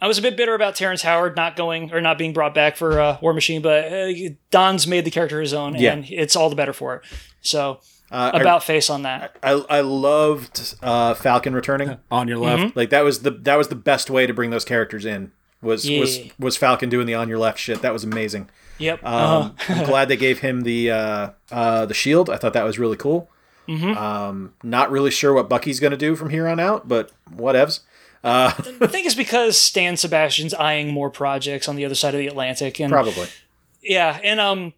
Speaker 2: I was a bit bitter about Terrence Howard not going or not being brought back for uh, War Machine, but uh, Don's made the character his own,
Speaker 3: Yeah.
Speaker 2: and it's all the better for it. So,
Speaker 3: Uh, I-
Speaker 2: about face on that.
Speaker 3: I, I loved uh, Falcon returning.
Speaker 4: on your
Speaker 2: Mm-hmm.
Speaker 4: left.
Speaker 3: Like that was the that was the best way to bring those characters in. Was was
Speaker 2: Yeah.
Speaker 3: was Falcon doing the on your left shit? That was amazing.
Speaker 2: Yep.
Speaker 3: Um, I'm glad they gave him the uh, uh, the shield. I thought that was really cool.
Speaker 2: Mm-hmm.
Speaker 3: Um, not really sure what Bucky's gonna do from here on out, but whatevs.
Speaker 2: I think it's because Stan Sebastian's eyeing more projects on the other side of the Atlantic, and
Speaker 3: Probably.
Speaker 2: yeah, and um,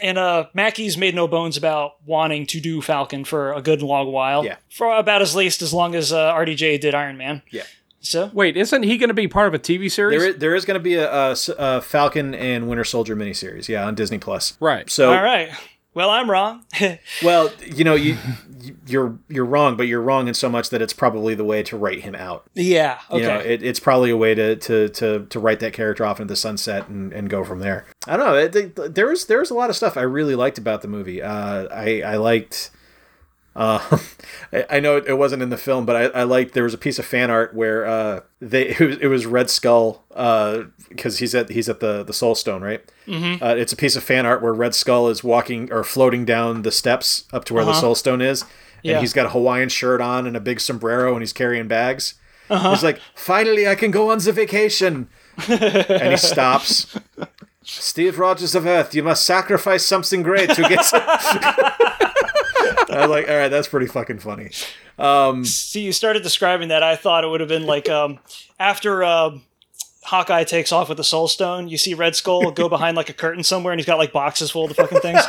Speaker 2: and uh, Mackey's made no bones about wanting to do Falcon for a good long while.
Speaker 3: Yeah.
Speaker 2: for about as least as long as uh, RDJ did Iron Man.
Speaker 3: Yeah.
Speaker 2: So
Speaker 4: Wait, isn't he going to be part of a TV series?
Speaker 3: There is, there is going to be a, a s- a Falcon and Winter Soldier miniseries, yeah, on Disney Plus.
Speaker 4: Right.
Speaker 3: So
Speaker 2: all right, Well, I'm wrong.
Speaker 3: Well, you know, you you're you're wrong, but you're wrong in so much that it's probably the way to write him out.
Speaker 2: yeah. Okay.
Speaker 3: You know, it, it's probably a way to, to to to write that character off into the sunset and, and go from there. I don't know. It, it, there was there was a lot of stuff I really liked about the movie. Uh, I I liked. Uh, I- I know it, it wasn't in the film, but I, I liked there was a piece of fan art where uh, they it was, it was Red Skull because he's at he's at the the Soul Stone, right? Mm-hmm. Uh, it's a piece of fan art where Red Skull is walking or floating down the steps up to where the Soul Stone is,
Speaker 2: Yeah.
Speaker 3: and he's got a Hawaiian shirt on and a big sombrero, and he's carrying bags. He's like, finally, I can go on the vacation. and he stops. Steve Rogers of Earth, you must sacrifice something great to get. Some-. I'm like, all right, that's pretty fucking funny.
Speaker 2: See, you started describing that. I thought it would have been like um, after um Hawkeye takes off with the Soul Stone, you see Red Skull go behind like a curtain somewhere, and he's got like boxes full of the fucking things.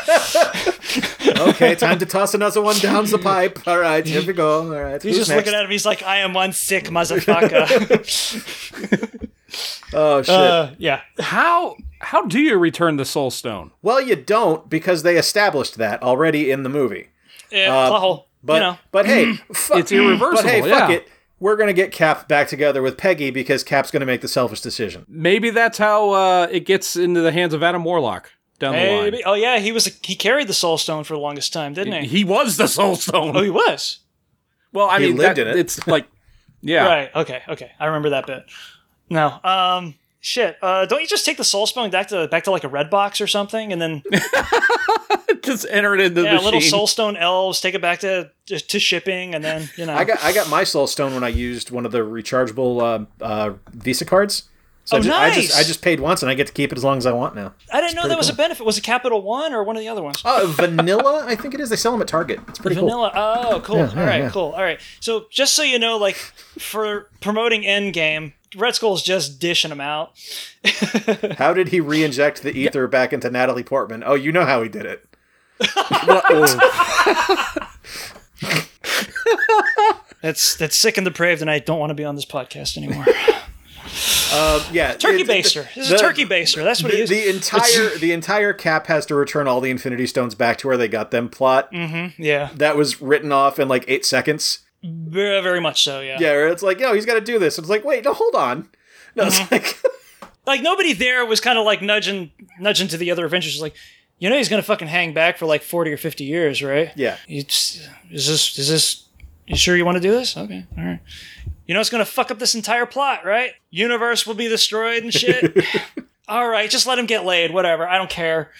Speaker 3: Okay, time to toss another one down the pipe. All right, here we go. All right,
Speaker 2: He's
Speaker 3: who's
Speaker 2: just
Speaker 3: next?
Speaker 2: looking at him. He's like, "I am one sick motherfucker."
Speaker 3: Oh shit.
Speaker 2: uh, yeah,
Speaker 4: How how do you return the soul stone?
Speaker 3: well, you don't because they established that already in the movie.
Speaker 2: yeah, plot hole.
Speaker 3: But
Speaker 2: you know, Mm-hmm.
Speaker 3: but hey, fuck,
Speaker 4: It's irreversible,
Speaker 3: But hey, fuck
Speaker 4: yeah.
Speaker 3: it. We're gonna get Cap back together with Peggy because Cap's gonna make the selfish decision.
Speaker 4: Maybe that's how uh, it gets into the hands of Adam Warlock down
Speaker 2: Maybe- Oh yeah, he was. he carried the Soul Stone for the longest time, didn't
Speaker 4: the line.
Speaker 2: he?
Speaker 4: He was the soul stone.
Speaker 2: oh, he was.
Speaker 4: well, I
Speaker 3: He
Speaker 4: mean,
Speaker 3: lived
Speaker 4: that-
Speaker 3: in it.
Speaker 4: it's like yeah.
Speaker 2: Right. Okay. Okay. I remember that bit. No. Um. Shit. Uh. Don't you just take the Soul Stone back to back to like a red box or something, and then
Speaker 4: Just enter it into the
Speaker 2: yeah,
Speaker 4: machine.
Speaker 2: little Soulstone elves take it back to to shipping, and then you know.
Speaker 3: I got I got my soul stone when I used one of the rechargeable uh, uh, Visa cards. So
Speaker 2: Oh,
Speaker 3: I, just, I
Speaker 2: nice!
Speaker 3: just I just paid once and I get to keep it as long as I want now.
Speaker 2: I didn't know that was a benefit. Was it Capital One or one of the other ones?
Speaker 3: Uh, vanilla, I think it is. They sell them at Target. It's pretty cool.
Speaker 2: Vanilla. Oh, cool.
Speaker 3: Yeah, yeah,
Speaker 2: All right.
Speaker 3: yeah.
Speaker 2: Cool. All right. So just so you know, like for promoting Endgame, Red Skull's just dishing them out.
Speaker 3: How did he re-inject the ether back into Natalie Portman? Oh, you know how he did it.
Speaker 2: Oh. That's that's sick and depraved, and I don't want to be on this podcast anymore.
Speaker 3: Um, yeah,
Speaker 2: turkey
Speaker 3: it- it-
Speaker 2: baster. This is
Speaker 3: the-
Speaker 2: a turkey baster. That's what he
Speaker 3: The,
Speaker 2: is.
Speaker 3: the entire the entire Cap has to return all the Infinity Stones back to where they got them. Plot
Speaker 2: Mm. yeah.
Speaker 3: that was written off in like eight seconds.
Speaker 2: Very, very much so. Yeah.
Speaker 3: Yeah, where it's like, yo, he's got to do this. It's like, wait, no, hold on. No, it's
Speaker 2: Mm-hmm.
Speaker 3: like,
Speaker 2: Like nobody there was kind of like nudging nudging to the other adventures. Like, you know, he's gonna fucking hang back for like forty or fifty years, right?
Speaker 3: yeah,
Speaker 2: You just- is this is this you sure you want to do this? Okay, all right. You know it's gonna fuck up this entire plot, right? Universe will be destroyed and shit. all right, just let him get laid. Whatever, I don't care.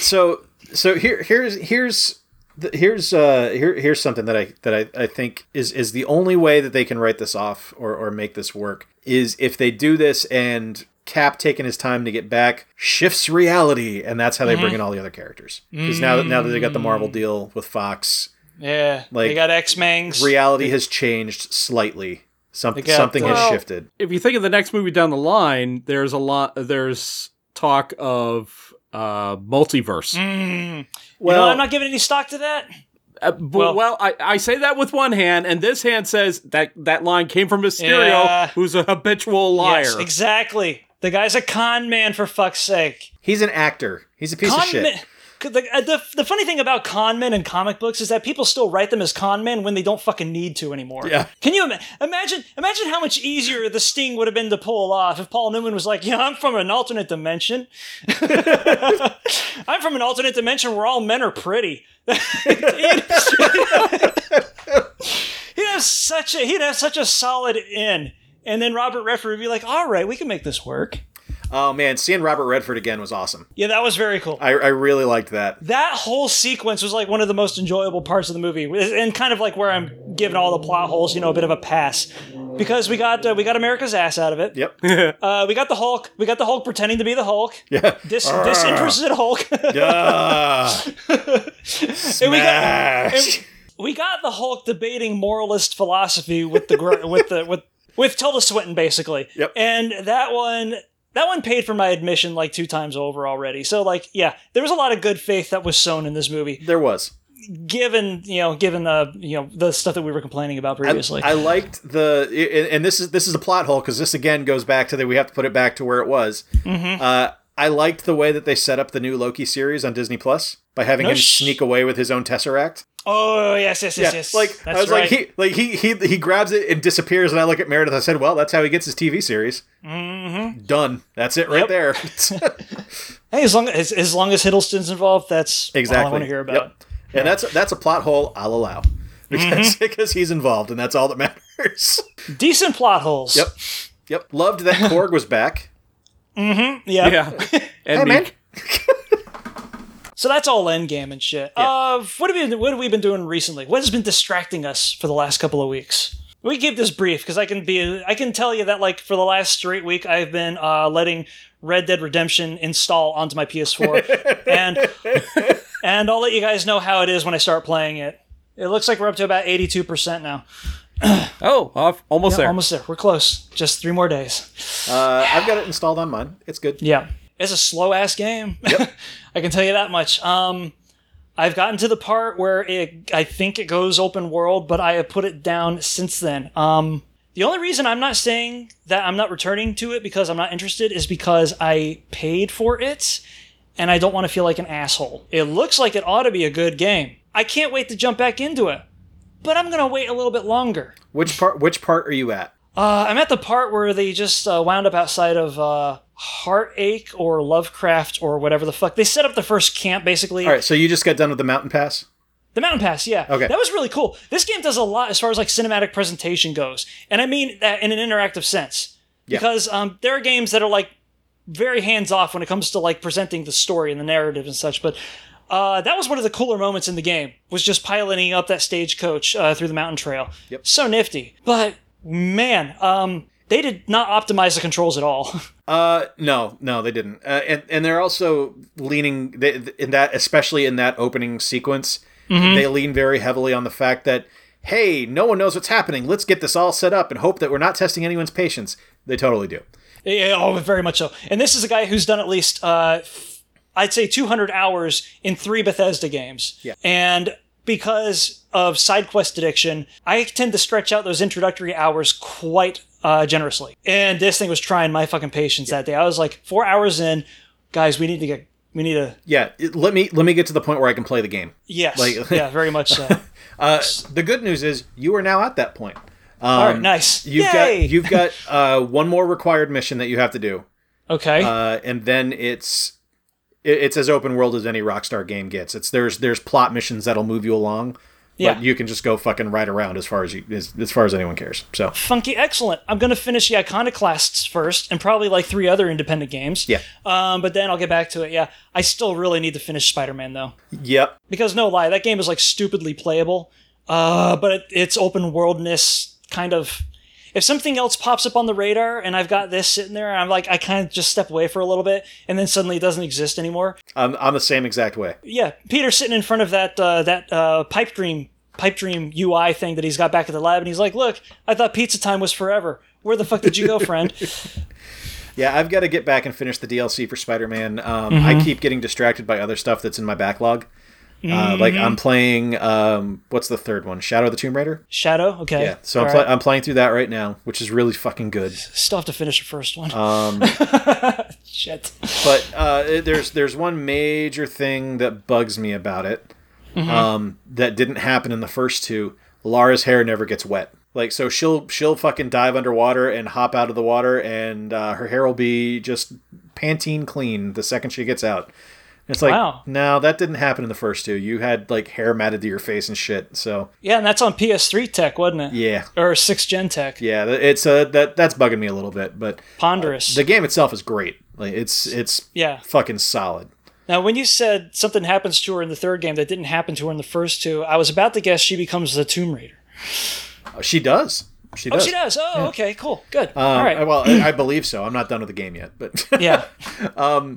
Speaker 3: so so here here's here's the- here's uh here here's something that i that i, I think is is the only way that they can write this off or or make this work is if they do this and cap taking his time to get back shifts reality and that's how they
Speaker 2: Mm-hmm.
Speaker 3: bring in all the other characters because now that now that they got the
Speaker 2: Mm.
Speaker 3: marvel deal with fox
Speaker 2: Yeah,
Speaker 3: Like,
Speaker 2: they got X Mangs.
Speaker 3: reality has changed slightly something
Speaker 2: got- uh,
Speaker 3: something has
Speaker 4: Well-
Speaker 3: shifted
Speaker 4: If you think of the next movie down the line, there's a lot. There's talk of uh multiverse.
Speaker 2: Mm, you know,
Speaker 3: well
Speaker 2: I'm not giving any stock to that.
Speaker 4: Uh, but,
Speaker 2: Well-
Speaker 4: well, I, I say that with one hand, and this hand says that that line came from Mysterio,
Speaker 2: Yeah.
Speaker 4: who's a habitual liar.
Speaker 2: Yes, exactly. The guy's a con man for fuck's sake.
Speaker 3: he's an actor he's a piece of
Speaker 2: Con
Speaker 3: shit
Speaker 2: men- The, uh, the, the funny thing about con men in comic books is that people still write them as con men when they don't fucking need to anymore.
Speaker 3: Yeah.
Speaker 2: Can you ima- imagine? Imagine how much easier the sting would have been to pull off if Paul Newman was like, "Yeah, I'm from an alternate dimension. I'm from an alternate dimension where all men are pretty." he'd have such a he'd have such a solid in, and then Robert Redford would be like, "All right, we can make this work."
Speaker 3: oh man seeing robert redford again was awesome
Speaker 2: Yeah, that was very cool.
Speaker 3: i, I really liked that
Speaker 2: that whole sequence was like one of the most enjoyable parts of the movie, and kind of like where I'm giving all the plot holes, you know, a bit of a pass, because we got uh, we got America's ass out of it.
Speaker 3: yep
Speaker 2: Uh, we got the Hulk. We got the Hulk pretending to be the Hulk.
Speaker 3: yeah
Speaker 2: Dis- disinterested Hulk.
Speaker 3: Ah.
Speaker 2: And we got
Speaker 3: Smash.
Speaker 2: we got the Hulk debating moralist philosophy with the gr- with the with with Tilda Swinton basically.
Speaker 3: Yep.
Speaker 2: And that one that one paid for my admission like two times over already. So like yeah, there was a lot of good faith that was sown in this movie.
Speaker 3: there was.
Speaker 2: given you know given the you know the stuff that we were complaining about
Speaker 3: I,
Speaker 2: previously
Speaker 3: I liked the,
Speaker 2: Mm-hmm.
Speaker 3: and- and this is this is a plot hole because this again goes back to that we have to put it back to where it was. Uh, I liked the way that they set up the new Loki series on Disney Plus by having
Speaker 2: No
Speaker 3: him
Speaker 2: sh-
Speaker 3: sneak away with his own Tesseract.
Speaker 2: Oh yes, yes, yes, yes.
Speaker 3: like
Speaker 2: That's
Speaker 3: I was
Speaker 2: right.
Speaker 3: like he like he he he grabs it and disappears, and I look at Meredith. I said, "Well, that's how he gets his TV series. Mm-hmm. Done. That's it right
Speaker 2: Yep.
Speaker 3: there."
Speaker 2: hey, as long as as long as Hiddleston's involved, that's
Speaker 3: exactly.
Speaker 2: all I want to hear about. Mm-hmm.
Speaker 3: Yep. And that's that's a plot hole I'll allow because because he's involved, and that's all that matters.
Speaker 2: Decent plot holes.
Speaker 3: Yep. Yep. Loved that Korg was back.
Speaker 2: Yeah.
Speaker 4: Yeah. And
Speaker 3: Hey, man.
Speaker 4: Meek.
Speaker 2: So that's all Endgame and shit. Uh, what have we what have we been doing recently? What has been distracting us for the last couple of weeks? We keep this brief because I can be I can tell you that like for the last straight week I've been uh, letting Red Dead Redemption install onto my PS4 and and I'll let you guys know how it is when I start playing it. It looks like we're up to about eighty two percent now.
Speaker 4: Oh, off, almost there.
Speaker 2: Almost there. We're close. Just three more days.
Speaker 3: Uh, I've got it installed on mine. It's good.
Speaker 2: Yeah. It's a slow ass game. I can tell you that much. Um, I've gotten to the part where it, I think it goes open world, but I have put it down since then. Um, the only reason I'm not saying that I'm not returning to it because I'm not interested is because I paid for it and I don't want to feel like an asshole. It looks like it ought to be a good game. I can't wait to jump back into it, but I'm going to wait a little bit longer.
Speaker 3: Which part? Which part are you at?
Speaker 2: Uh, I'm at the part where they just uh, wound up outside of uh, Heartache or Lovecraft or whatever the fuck. They set up the first camp, basically.
Speaker 3: All right. So you just got done with the mountain pass.
Speaker 2: The Mountain Pass, yeah.
Speaker 3: Okay.
Speaker 2: That was really cool. This game does a lot as far as like cinematic presentation goes, and I mean that in an interactive sense. Because um, there are games that are like very hands off when it comes to like presenting the story and the narrative and such, but. Uh, that was one of the cooler moments in the game. Was just piloting up that stagecoach uh, through the mountain trail. Yep. So nifty, but man, um, they did not optimize the controls at all.
Speaker 3: Uh, no, no, they didn't. Uh, and and they're also leaning they, in that, especially in that opening sequence, they lean very heavily on the fact that hey, no one knows what's happening. Let's get this all set up and hope that we're not testing anyone's patience. They totally do.
Speaker 2: Yeah, oh, very much so. And this is a guy who's done at least, uh, I'd say, 200 hours in three Bethesda games. Yeah. And because of side quest addiction, I tend to stretch out those introductory hours quite uh, generously. And this thing was trying my fucking patience that day. I was like, four hours in, guys, we need to get, we need to,
Speaker 3: Yeah, it- let me let me get to the point where I can play the game.
Speaker 2: yes,
Speaker 3: Like-
Speaker 2: yeah, very much so.
Speaker 3: Uh, the good news is you are now at that point.
Speaker 2: All right, nice.
Speaker 3: You've
Speaker 2: Yay!
Speaker 3: got you've got uh, one more required mission that you have to do,
Speaker 2: okay.
Speaker 3: uh, and then it's it- it's as open world as any Rockstar game gets. It's there's there's plot missions that'll move you along,
Speaker 2: Yeah.
Speaker 3: but you can just go fucking right around as far as you as, as far as anyone cares. So
Speaker 2: Funky, excellent. I'm going to finish the Iconoclasts first and probably like three other independent games.
Speaker 3: yeah,
Speaker 2: Um, but then I'll get back to it. Yeah, I still really need to finish Spider Man though,
Speaker 3: yep,
Speaker 2: because no lie, that game is like stupidly playable. Uh, but it, it's open worldness kind of. If something else pops up on the radar and I've got this sitting there, I'm like, I kind of just step away for a little bit, and then suddenly it doesn't exist anymore.
Speaker 3: I'm, I'm the same exact way.
Speaker 2: Yeah, Peter's sitting in front of that uh, that uh, pipe dream pipe dream UI thing that he's got back at the lab, and he's like, "Look, I thought pizza time was forever. Where the fuck did you go, friend?"
Speaker 3: Yeah, I've got to get back and finish the DLC for Spider Man. Um,
Speaker 2: Mm-hmm.
Speaker 3: I keep getting distracted by other stuff that's in my backlog. Uh, like
Speaker 2: Mm-hmm.
Speaker 3: I'm playing um, what's the third one? Shadow of the Tomb Raider.
Speaker 2: Shadow. Okay.
Speaker 3: Yeah, so I'm,
Speaker 2: All
Speaker 3: play-
Speaker 2: right.
Speaker 3: I'm playing through that right now, which is really fucking good.
Speaker 2: Still have to finish the first one.
Speaker 3: Um,
Speaker 2: Shit.
Speaker 3: but uh, it- there's there's one major thing that bugs me about it
Speaker 2: Mm-hmm.
Speaker 3: um, that didn't happen in the first two. Lara's hair never gets wet. Like so, she'll she'll fucking dive underwater and hop out of the water, and uh, her hair will be just Pantene clean the second she gets out. And It's like
Speaker 2: Wow.
Speaker 3: no, that didn't happen in the first two. You had like hair matted to your face and shit. So
Speaker 2: Yeah, and that's on PS3 tech, wasn't it?
Speaker 3: yeah,
Speaker 2: Or 6th gen tech.
Speaker 3: yeah, th- it's uh, that that's bugging me a little bit. But
Speaker 2: Ponderous.
Speaker 3: the game itself is great. Like it's it's
Speaker 2: yeah.
Speaker 3: fucking solid.
Speaker 2: Now, when you said something happens to her in the third game that didn't happen to her in the first two, I was about to guess she becomes the Tomb Raider.
Speaker 3: She does. She does.
Speaker 2: Oh, she does. Oh, okay, cool, good.
Speaker 3: Um,
Speaker 2: All right.
Speaker 3: I- Well, I, I believe so. I'm not done with the game yet, but
Speaker 2: yeah.
Speaker 3: uh,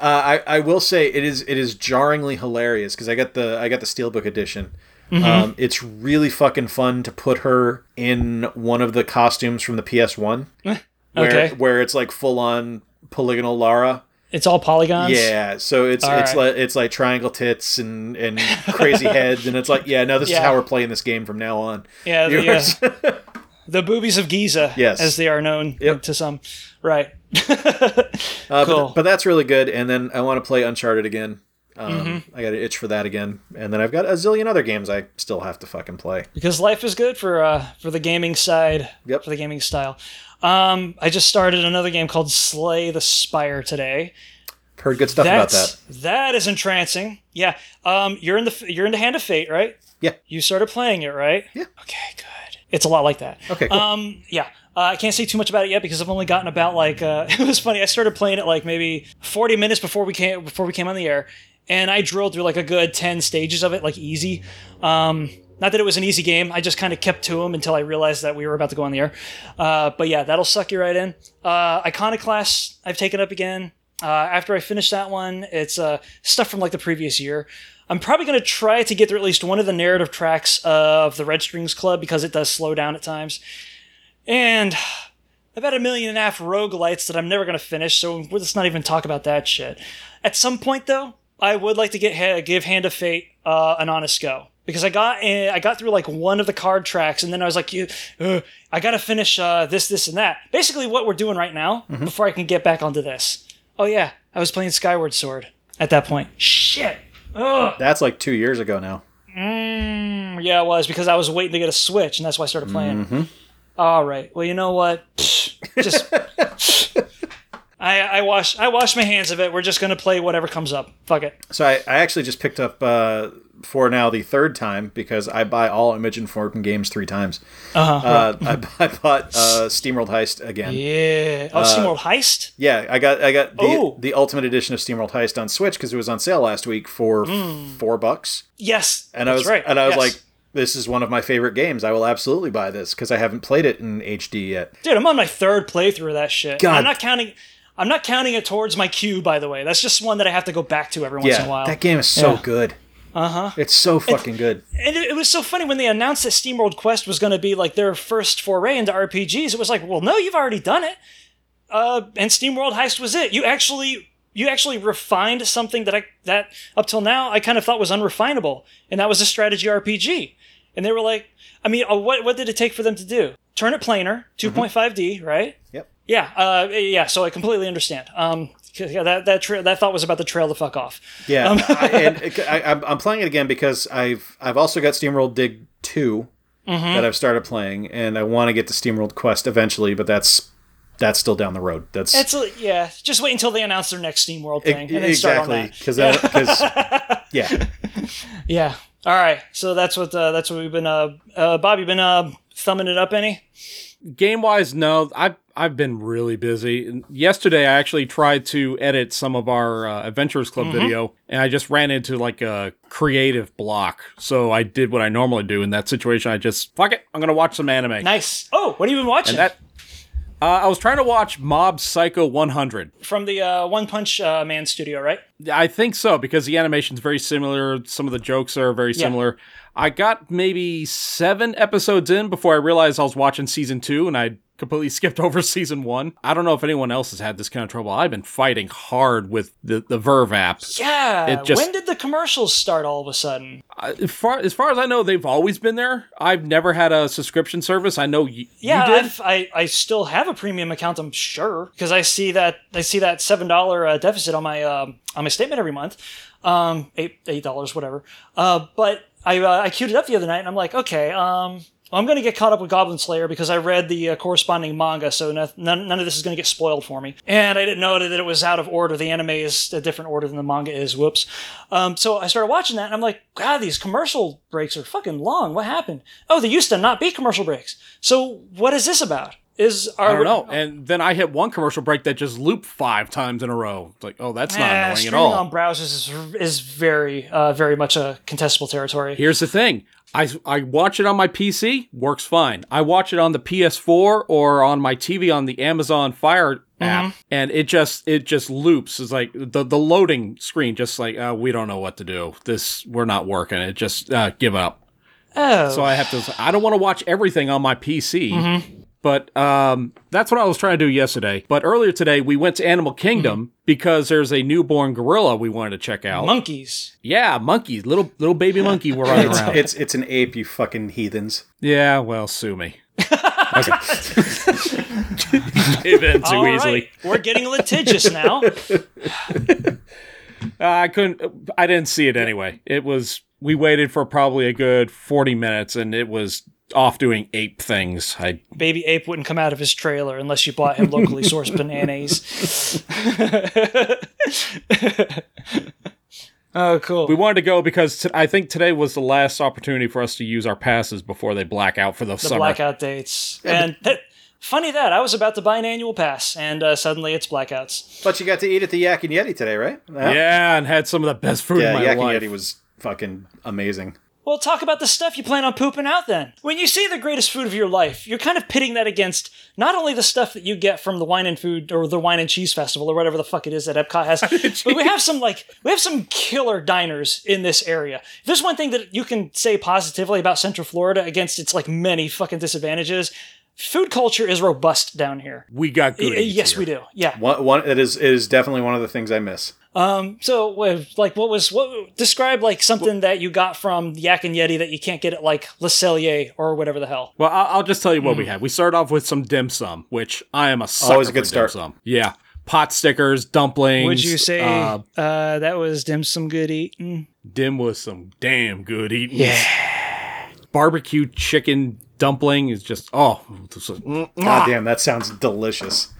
Speaker 3: I, I will say it is it is jarringly hilarious because I got the I got the steelbook edition.
Speaker 2: Mm-hmm.
Speaker 3: Um, it's really fucking fun to put her in one of the costumes from the PS1, where
Speaker 2: Eh, Okay.
Speaker 3: where it's like full on polygonal Lara.
Speaker 2: It's all polygons.
Speaker 3: Yeah, so it's
Speaker 2: right.
Speaker 3: it's like it's like triangle tits and and crazy heads, and it's like yeah, no, this is
Speaker 2: Yeah.
Speaker 3: how we're playing this game from now on.
Speaker 2: Yeah. the,
Speaker 3: Yours.
Speaker 2: uh, The boobies of Giza,
Speaker 3: Yes.
Speaker 2: as they are known
Speaker 3: Yep.
Speaker 2: to some. Right.
Speaker 3: Uh,
Speaker 2: Cool.
Speaker 3: but, but that's really good. And then I want to play Uncharted again. Um,
Speaker 2: Mm-hmm.
Speaker 3: I got an itch for that again. And then I've got a zillion other games I still have to fucking play.
Speaker 2: because life is good for uh, for the gaming side,
Speaker 3: Yep.
Speaker 2: for the gaming style. Um, I just started another game called Slay the Spire today.
Speaker 3: Heard good stuff about
Speaker 2: That's
Speaker 3: that.
Speaker 2: that is entrancing. Yeah. Um, you're in the you're in the hand of fate, right?
Speaker 3: Yeah.
Speaker 2: You started playing it, right?
Speaker 3: Yeah.
Speaker 2: Okay, good. It's a lot like that.
Speaker 3: Okay, cool.
Speaker 2: Um, yeah. Uh, I can't say too much about it yet because I've only gotten about like uh, it was funny. I started playing it like maybe 40 minutes before we came before we came on the air, and I drilled through like a good 10 stages of it, like easy. Um, not that it was an easy game. I just kind of kept to them until I realized that we were about to go on the air. Uh, but yeah, that'll suck you right in. Uh, Iconoclast, I've taken up again. Uh, after I finish that one, it's uh, stuff from like the previous year. I'm probably going to try to get through at least one of the narrative tracks of the Red Strings Club because it does slow down at times. And about a million and a half roguelites that I'm never going to finish, so let's not even talk about that shit. At some point, though, I would like to get ha- give Hand of Fate uh, an honest go. Because I got eh, I got through like one of the card tracks, and then I was like, you, uh, I gotta finish uh, this, this, and that. Basically, what we're doing right now before I can get back onto this. Oh yeah, I was playing Skyward Sword at that point. Shit. Ugh.
Speaker 3: That's like two years ago now.
Speaker 2: Yeah, it was because I was waiting to get a Switch, and that's why I started playing.
Speaker 3: Mm-hmm.
Speaker 2: All right. Well, you know what? Just I I wash I wash my hands of it. We're just gonna play whatever comes up. Fuck it.
Speaker 3: So I, I actually just picked up uh, for now the third time because I buy all Image Informed games three times. Uh-huh. I, I bought uh, Steamworld Heist again. Yeah,
Speaker 2: Yeah.
Speaker 3: Uh,
Speaker 2: Oh, SteamWorld Heist.
Speaker 3: I got I got the,
Speaker 2: Oh.
Speaker 3: the Ultimate Edition of Steamworld Heist on Switch because it was on sale last week for
Speaker 2: Mm.
Speaker 3: four bucks.
Speaker 2: Yes.
Speaker 3: And I
Speaker 2: that's
Speaker 3: was
Speaker 2: right.
Speaker 3: and I was
Speaker 2: Yes.
Speaker 3: like, this is one of my favorite games. I will absolutely buy this because I haven't played it in HD yet.
Speaker 2: dude, I'm on my third playthrough of that shit.
Speaker 3: God.
Speaker 2: I'm not counting. I'm not counting it towards my queue, by the way. That's just one that I have to go back to every once in a
Speaker 3: Yeah,
Speaker 2: while.
Speaker 3: that game is so
Speaker 2: Yeah. Uh-huh.
Speaker 3: good. Uh huh. It's so fucking good.
Speaker 2: and it, it was so funny when they announced that SteamWorld Quest was going to be like their first foray into RPGs. It was like, well, no, you've already done it. Uh, and SteamWorld Heist was it. You actually you actually refined something that I that up till now I kind of thought was unrefinable, and that was a strategy RPG. And they were like, I mean, uh, what what did it take for them to do? Turn it planar, two D, right?
Speaker 3: Yep.
Speaker 2: Yeah, uh, yeah. So I completely understand. Um, 'cause, yeah, that that tra- that thought was about the trail the fuck off.
Speaker 3: Yeah,
Speaker 2: Um,
Speaker 3: I, and I, I'm- I'm playing it again because I've I've also got Steamroll Dig 2
Speaker 2: Mm-hmm.
Speaker 3: that I've started playing, and I want to get to Steamroll Quest eventually, but that's that's still down the road. That's
Speaker 2: It's a, yeah. Just wait until they announce their next SteamWorld
Speaker 3: e-
Speaker 2: thing, and then start on
Speaker 3: exactly
Speaker 2: that.
Speaker 3: because because yeah,
Speaker 2: Yeah. All right. So that's what uh, that's what we've been. Uh, uh, Bob, you been uh, thumbing it up any?
Speaker 4: Game wise, no. I've I've been really busy. And Yesterday, I actually tried to edit some of our uh, Adventures Club video, and I just ran into like a creative block. So I did what I normally do in that situation. I just fuck it. I'm gonna watch some anime.
Speaker 2: Nice. Oh, what have you been watching?
Speaker 4: And that uh, I was trying to watch Mob Psycho 100.
Speaker 2: From the uh, One Punch uh, Man studio, right?
Speaker 4: I think so because the animation's very similar. Some of the jokes are very similar. I got maybe seven episodes in before I realized I was watching season two, and I completely skipped over season one. I don't know if anyone else has had this kind of trouble. I've been fighting hard with the the Verve app.
Speaker 2: Yeah.
Speaker 4: It just-
Speaker 2: when did the commercials start all of a sudden?
Speaker 4: I- as far as far as I know, they've always been there. I've never had a subscription service. I know y-
Speaker 2: Yeah,
Speaker 4: you did.
Speaker 2: I've, I I still have a premium account. I'm sure because I see that I see that seven dollar uh, deficit on my um, on my statement every month, um, eight eight dollars whatever. Uh, but I uh, I queued it up the other night and I'm like, okay, um, I'm going to get caught up with Goblin Slayer because I read the uh, corresponding manga, so no, none none of this is going to get spoiled for me. And I didn't know that it was out of order. The anime is a different order than the manga is. Whoops. Um, so I started watching that and I'm like, God, these commercial breaks are fucking long. What happened? Oh, they used to not be commercial breaks. So what is this about? Is our,
Speaker 4: I don't know. And then I hit one commercial break that just looped five times in a row. It's like, oh, that's not
Speaker 2: Eh,
Speaker 4: annoying at
Speaker 2: streaming
Speaker 4: all.
Speaker 2: on browsers is, is very uh, very much a contestable territory.
Speaker 4: Here's the thing. I, I watch it on my PC, works fine. I watch it on the PS4 or on my TV on the Amazon Fire app, and it just it just loops. It's like the the loading screen, just like uh, we don't know what to do. This we're not working. It just uh, give up.
Speaker 2: Oh,
Speaker 4: So I have to. I don't want to watch everything on my PC. But um, that's what I was trying to do yesterday. But earlier today, we went to Animal Kingdom because there's a newborn gorilla we wanted to check
Speaker 2: Mm-hmm.
Speaker 4: out.
Speaker 2: monkeys.
Speaker 4: yeah, monkeys, little little baby monkey, we're running around.
Speaker 3: it's it's an ape, you fucking heathens.
Speaker 4: Yeah, well, sue me.
Speaker 5: Even too
Speaker 2: All right,
Speaker 5: easily.
Speaker 2: we're getting litigious now.
Speaker 4: Uh, I couldn't. I didn't see it anyway. It was. We waited for probably a good forty minutes, and it was off doing ape things. I
Speaker 2: Baby ape wouldn't come out of his trailer unless you bought him locally sourced bananas. oh, cool.
Speaker 4: we wanted to go because t- I think today was the last opportunity for us to use our passes before they black out for the,
Speaker 2: the
Speaker 4: summer.
Speaker 2: blackout dates. And that, funny that I was about to buy an annual pass, and uh, suddenly it's blackouts.
Speaker 3: But you got to eat at the Yak and Yeti today, right?
Speaker 4: Yeah, and had some of the best food in
Speaker 3: Yeah,
Speaker 4: my
Speaker 3: Yak
Speaker 4: life.
Speaker 3: and Yeti was fucking amazing.
Speaker 2: Well, talk about the stuff you plan on pooping out then. When you say the greatest food of your life, you're kind of pitting that against not only the stuff that you get from the wine and food or the wine and cheese festival or whatever the fuck it is that Epcot has, but we have some like we have some killer diners in this area. If there's one thing that you can say positively about Central Florida against its like many fucking disadvantages, food culture is robust down here.
Speaker 4: we got good.
Speaker 2: Y- yes, we do. Yeah.
Speaker 3: One, one it is it is definitely one of the things I miss.
Speaker 2: Um, so what- like what was what describe like something that you got from Yak and Yeti that you can't get at like Le Cellier or whatever the hell.
Speaker 4: Well, I'll, I'll just tell you what
Speaker 2: Hmm.
Speaker 4: we had. We started off with some dim sum, which I am a sucker
Speaker 3: Always a
Speaker 4: for
Speaker 3: good start.
Speaker 4: dim sum. Yeah, pot stickers, dumplings.
Speaker 2: Would you say
Speaker 4: uh,
Speaker 2: uh, that was dim some good eating?
Speaker 4: dim was some damn good eating? Yeah, barbecue chicken dumpling is just oh, this was- Ah.
Speaker 3: God damn, that sounds delicious.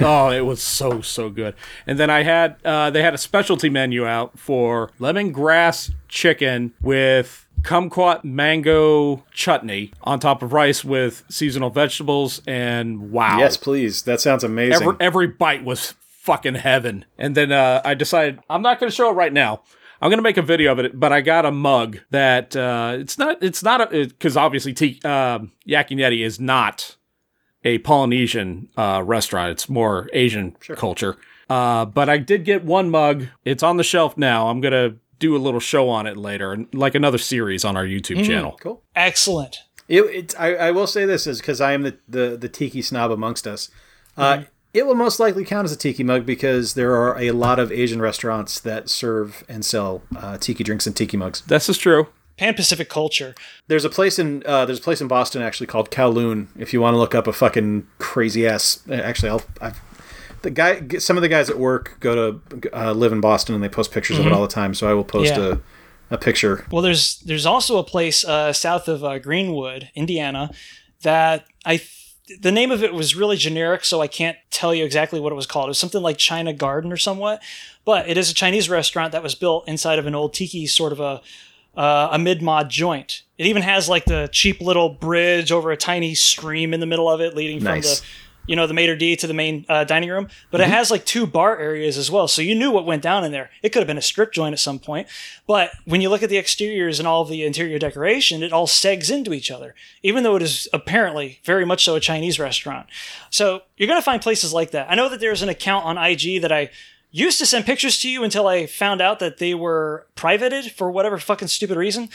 Speaker 4: oh, it was so so good. And then I had uh, they had a specialty menu out for lemongrass chicken with kumquat mango chutney on top of rice with seasonal vegetables and wow
Speaker 3: Yes, please. That sounds amazing.
Speaker 4: Every, every bite was fucking heaven. And then uh, I decided I'm not going to show it right now. I'm going to make a video of it, but I got a mug that uh, it's not it's not a because obviously T, um, Yak and Yeti is not a Polynesian uh, restaurant. It's more Asian culture. Uh, but I did get one mug. It's on the shelf now. I'm gonna do a little show on it later, and like another series on our YouTube channel.
Speaker 3: Mm-hmm. cool.
Speaker 2: Excellent.
Speaker 3: It, it, I, I will say this is because I am the, the, the tiki snob amongst us. Uh,
Speaker 4: Mm-hmm.
Speaker 3: It will most likely count as a tiki mug because there are a lot of Asian restaurants that serve and sell uh, tiki drinks and tiki mugs.
Speaker 4: This is true.
Speaker 2: Pan Pacific culture.
Speaker 3: There's a place in uh, there's a place in Boston actually called Kowloon. If you want to look up a fucking crazy ass, actually, I'll I've, the guy some of the guys at work go to uh, live in Boston and they post pictures of it all the time. So I will post
Speaker 2: Yeah.
Speaker 3: a a picture.
Speaker 2: Well, there's there's also a place uh, south of uh, Greenwood, Indiana, that I th- the name of it was really generic, so I can't tell you exactly what it was called. It was something like China Garden or somewhat, but it is a Chinese restaurant that was built inside of an old tiki sort of a uh, a mid mod joint. It even has like the cheap little bridge over a tiny stream in the middle of it, leading
Speaker 3: Nice.
Speaker 2: from the you know the maitre d to the main uh, dining room but it has like two bar areas as well so you knew what went down in there it could have been a strip joint at some point but when you look at the exteriors and all the interior decoration it all segs into each other even though it is apparently very much so a chinese restaurant so you're going to find places like that i know that there's an account on ig that i used to send pictures to you until I found out that they were privated for whatever fucking stupid reason.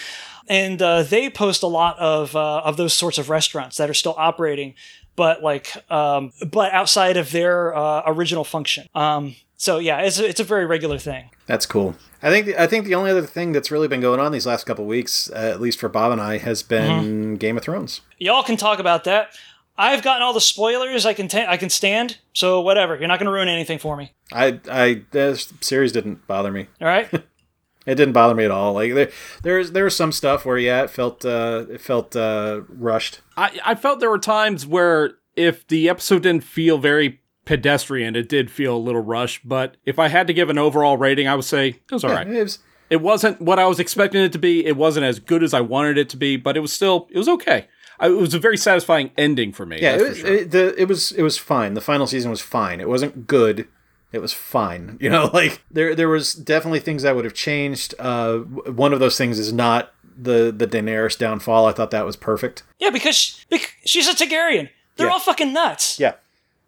Speaker 2: And uh, they post a lot of uh, of those sorts of restaurants that are still operating, but like um, but outside of their uh, original function. Um, so yeah, it's a, it's a very regular thing.
Speaker 3: That's cool. I think the, I think the only other thing that's really been going on these last couple weeks, uh, at least for Bob and I, has been Game of Thrones.
Speaker 2: Y'all can talk about that. I've gotten all the spoilers I can ta- I can stand. So whatever, you're not going to ruin anything for me.
Speaker 3: I I the series didn't bother me.
Speaker 2: All right.
Speaker 3: It didn't bother me at all. Like there there's there was some stuff where yeah, it felt uh, it felt uh, rushed.
Speaker 4: I, I felt there were times where if the episode didn't feel very pedestrian, it did feel a little rushed. But if I had to give an overall rating, I would say it was all right.
Speaker 3: It was,
Speaker 4: It wasn't what I was expecting it to be. It wasn't as good as I wanted it to be, but it was still it was okay. I, it was a very satisfying ending for me.
Speaker 3: yeah,
Speaker 4: that's
Speaker 3: it
Speaker 4: for
Speaker 3: was,
Speaker 4: sure.
Speaker 3: it, the, it was it was fine. The final season was fine. It wasn't good. It was fine. You know, like there there was definitely things I would have changed. Uh, w- one of those things is not the the Daenerys downfall. I thought that was perfect.
Speaker 2: yeah, because, she, bec she's a Targaryen. They're
Speaker 3: Yeah.
Speaker 2: all fucking nuts.
Speaker 3: Yeah.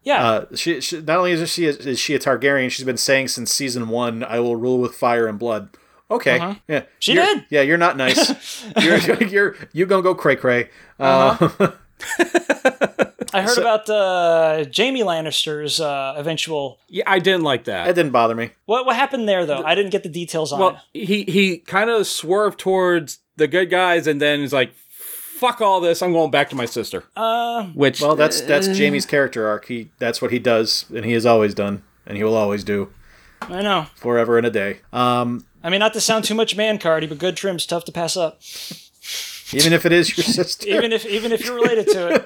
Speaker 2: Yeah.
Speaker 3: Uh, she, she not only is she is she a Targaryen, she's been saying since season one, "I will rule with fire and blood." Okay, yeah,
Speaker 2: She
Speaker 3: You're-
Speaker 2: did.
Speaker 3: Yeah, you're not nice. you're you're you gonna go cray cray. Uh,
Speaker 2: I heard about uh, Jamie Lannister's uh, eventual.
Speaker 4: yeah, I didn't like that.
Speaker 3: that didn't bother me.
Speaker 2: What what happened there though? I didn't get the details on
Speaker 4: well,
Speaker 2: it.
Speaker 4: he he kind of swerved towards the good guys, and then he's like, fuck all this. I'm going back to my sister.
Speaker 2: Uh,
Speaker 4: Which
Speaker 3: Well, that's that's Jamie's character arc. He that's what he does, and he has always done, and he will always do
Speaker 2: I know.
Speaker 3: forever and a day. Um,
Speaker 2: I mean, not to sound too much man cardy, but good trim's tough to pass up.
Speaker 3: even if it is your sister.
Speaker 2: Even if even if you're related to it.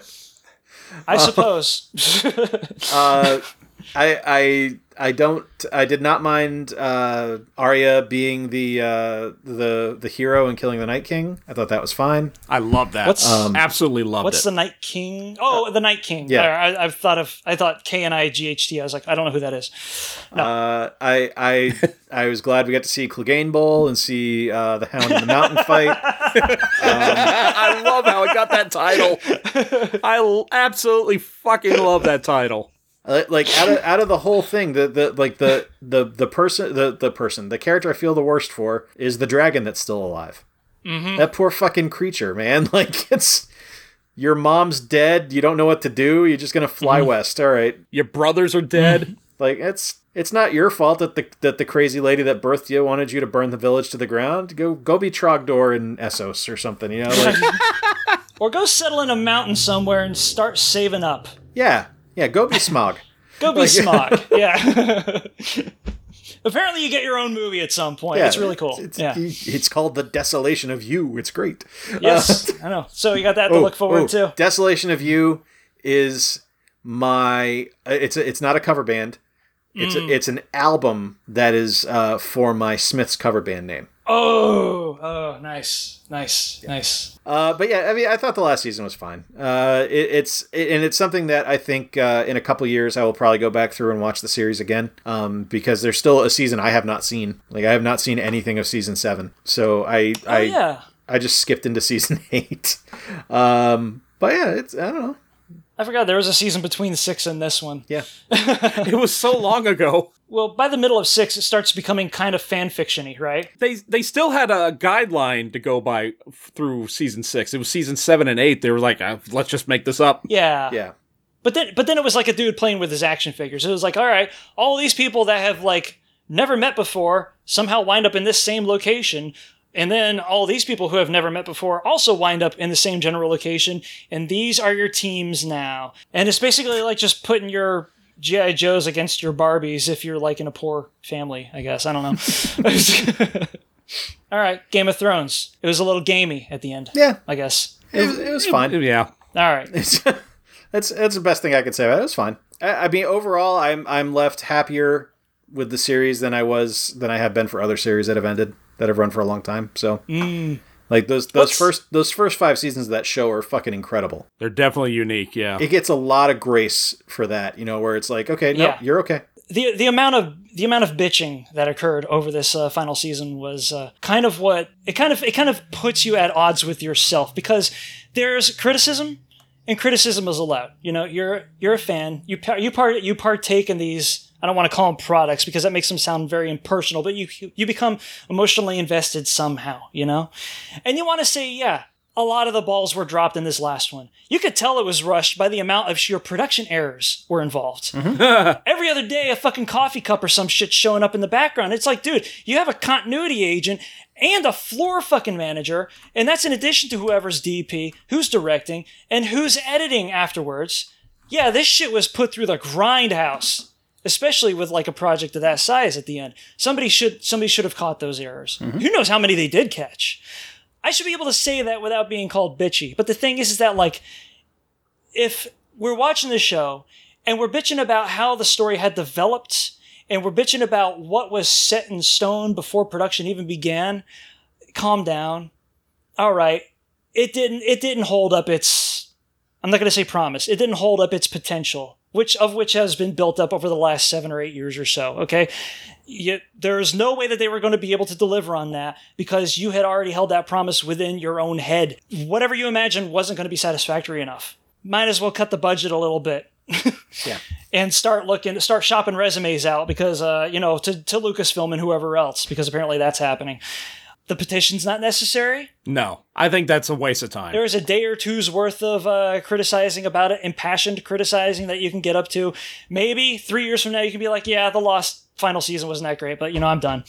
Speaker 2: I suppose.
Speaker 3: Uh, I I I don't I did not mind uh, Arya being the uh, the the hero and killing the Night King. I thought that was fine.
Speaker 4: I love that.
Speaker 2: What's- Um,
Speaker 4: Absolutely loved
Speaker 2: What's
Speaker 4: it.
Speaker 2: the Night King? Oh, the Night King.
Speaker 3: yeah.
Speaker 2: I, I've thought of. I thought K N I G H T. I was like, I don't know who that is.
Speaker 3: Uh, I I I was glad we got to see Clegane Bowl and see uh, the Hound and the Mountain fight.
Speaker 4: I love how it got that title. I l- absolutely fucking love that title.
Speaker 3: Uh, like out of out of the whole thing, the the like the the the person the the person the character I feel the worst for is the dragon that's still alive.
Speaker 2: Mm-hmm.
Speaker 3: That poor fucking creature, man. Like it's your mom's dead. You don't know what to do. You're just gonna
Speaker 2: Mm-hmm.
Speaker 3: fly west. All right.
Speaker 4: Your brothers are dead.
Speaker 3: Like it's it's not your fault that the that the crazy lady that birthed you wanted you to burn the village to the ground. Go go be Trogdor in Essos or something. You know. Like,
Speaker 2: Or go settle in a mountain somewhere and start saving up.
Speaker 3: yeah. Yeah. Go be Smog.
Speaker 2: Go be smog. Yeah. Apparently, you get your own movie at some point.
Speaker 3: Yeah,
Speaker 2: it's really cool.
Speaker 3: It's,
Speaker 2: yeah.
Speaker 3: it's called the desolation of you. It's great.
Speaker 2: yes. I know. So you got that to
Speaker 3: Uh, Oh,
Speaker 2: look forward
Speaker 3: oh,
Speaker 2: to.
Speaker 3: Desolation of You is my. uh, It's a, it's not a cover band. It's
Speaker 2: Mm.
Speaker 3: a, it's an album that is uh, for my Smiths cover band name.
Speaker 2: Oh. Oh. Nice. Nice. Nice.
Speaker 3: Uh, but yeah, I mean, I thought the last season was fine. Uh, it, it's it, and it's something that I think uh, in a couple years I will probably go back through and watch the series again um, because there's still a season I have not seen. Like I have not seen anything of season seven, so I
Speaker 2: Oh
Speaker 3: I
Speaker 2: yeah.
Speaker 3: I just skipped into season eight. Um, but yeah, it's I don't know.
Speaker 2: I forgot there was a season between six and this one.
Speaker 3: Yeah.
Speaker 4: It was so long ago.
Speaker 2: Well, by the middle of six, it starts becoming kind of fan fictiony, right?
Speaker 4: They they still had a guideline to go by f- through season six. It was season seven and eight. They were like, uh, let's just make this up.
Speaker 2: Yeah.
Speaker 3: Yeah.
Speaker 2: But then, but then it was like a dude playing with his action figures. It was like, all right, all these people that have like never met before somehow wind up in this same location, and then all these people who have never met before also wind up in the same general location, and these are your teams now. And it's basically like just putting your GI Joes against your Barbies if you're like in a poor family, I guess. I don't know. all right, Game of Thrones. It was a little gamey at the end.
Speaker 3: Yeah.
Speaker 2: I guess.
Speaker 3: It, was- it was fine.
Speaker 4: Yeah.
Speaker 2: All right.
Speaker 3: that's that's the best thing I could say. about It It was fine. I, I mean, overall, I'm I'm left happier with the series than I was than I have been for other series that have ended that have run for a long time. So, like those those first those first five seasons of that show are fucking incredible.
Speaker 4: They're definitely unique. Yeah.
Speaker 3: It gets a lot of grace for that, you know, where it's like, okay, no,
Speaker 2: Yeah.
Speaker 3: you're okay.
Speaker 2: the the amount of the amount of bitching that occurred over this uh, final season was uh, kind of what it kind of it kind of puts you at odds with yourself because there's criticism and criticism is allowed. You know, you're you're a fan. You par- you part you partake in these. I don't want to call them products because that makes them sound very impersonal, but you you become emotionally invested somehow. You know, and you want to say yeah. A lot of the balls were dropped in this last one. You could tell it was rushed by the amount of sheer production errors were involved every other day a fucking coffee cup or some shit showing up in the background. It's like, dude, you have a continuity agent and a floor fucking manager, and that's in addition to whoever's DP, who's directing, and who's editing afterwards. Yeah, this shit was put through the grindhouse, especially with like a project of that size at the end. Somebody should somebody should have caught those errors. Who knows how many they did catch? I should be able to say that without being called bitchy. But the thing is, is that like, if we're watching the show and we're bitching about how the story had developed and we're bitching about what was set in stone before production even began calm down all right it didn't it didn't hold up its i'm not going to say promise it didn't hold up its potential which of which has been built up over the last seven or eight years or so okay you, there's no way that they were going to be able to deliver on that because you had already held that promise within your own head whatever you imagined wasn't going to be satisfactory enough might as well cut the budget a little bit and start looking, start shopping resumes out because, uh, you know, to, to Lucasfilm and whoever else, because apparently that's happening. The petition's not necessary.
Speaker 4: No, I think that's a waste of time.
Speaker 2: There is a day or two's worth of uh, criticizing about it, impassioned criticizing that you can get up to. Maybe three years from now, you can be like, yeah, the lost final season wasn't that great, but, you know, I'm done.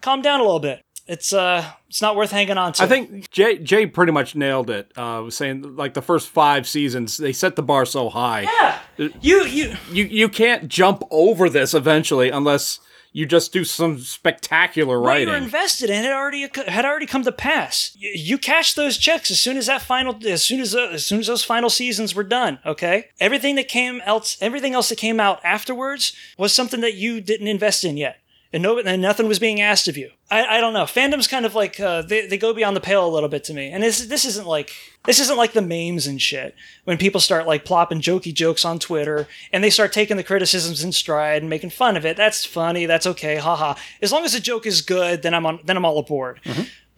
Speaker 2: Calm down a little bit. It's uh, it's not worth hanging on to.
Speaker 4: I think Jay Jay pretty much nailed it. Uh, was saying like the first five seasons they set the bar so high.
Speaker 2: Yeah. You you
Speaker 4: You you can't jump over this eventually unless you just do some spectacular
Speaker 2: what
Speaker 4: writing.
Speaker 2: you were invested in had already had already come to pass. You, you cashed those checks as soon as that final, as soon as uh, as soon as those final seasons were done. Okay, everything that came else, everything else that came out afterwards was something that you didn't invest in yet, and no, and nothing was being asked of you. I, I don't know. Fandom's kind of like uh, they they go beyond the pale a little bit to me, and this this isn't like this isn't like the memes and shit when people start like plopping jokey jokes on Twitter and they start taking the criticisms in stride and making fun of it. That's funny. That's okay. Haha. As long as the joke is good, then I'm on. Then I'm all aboard.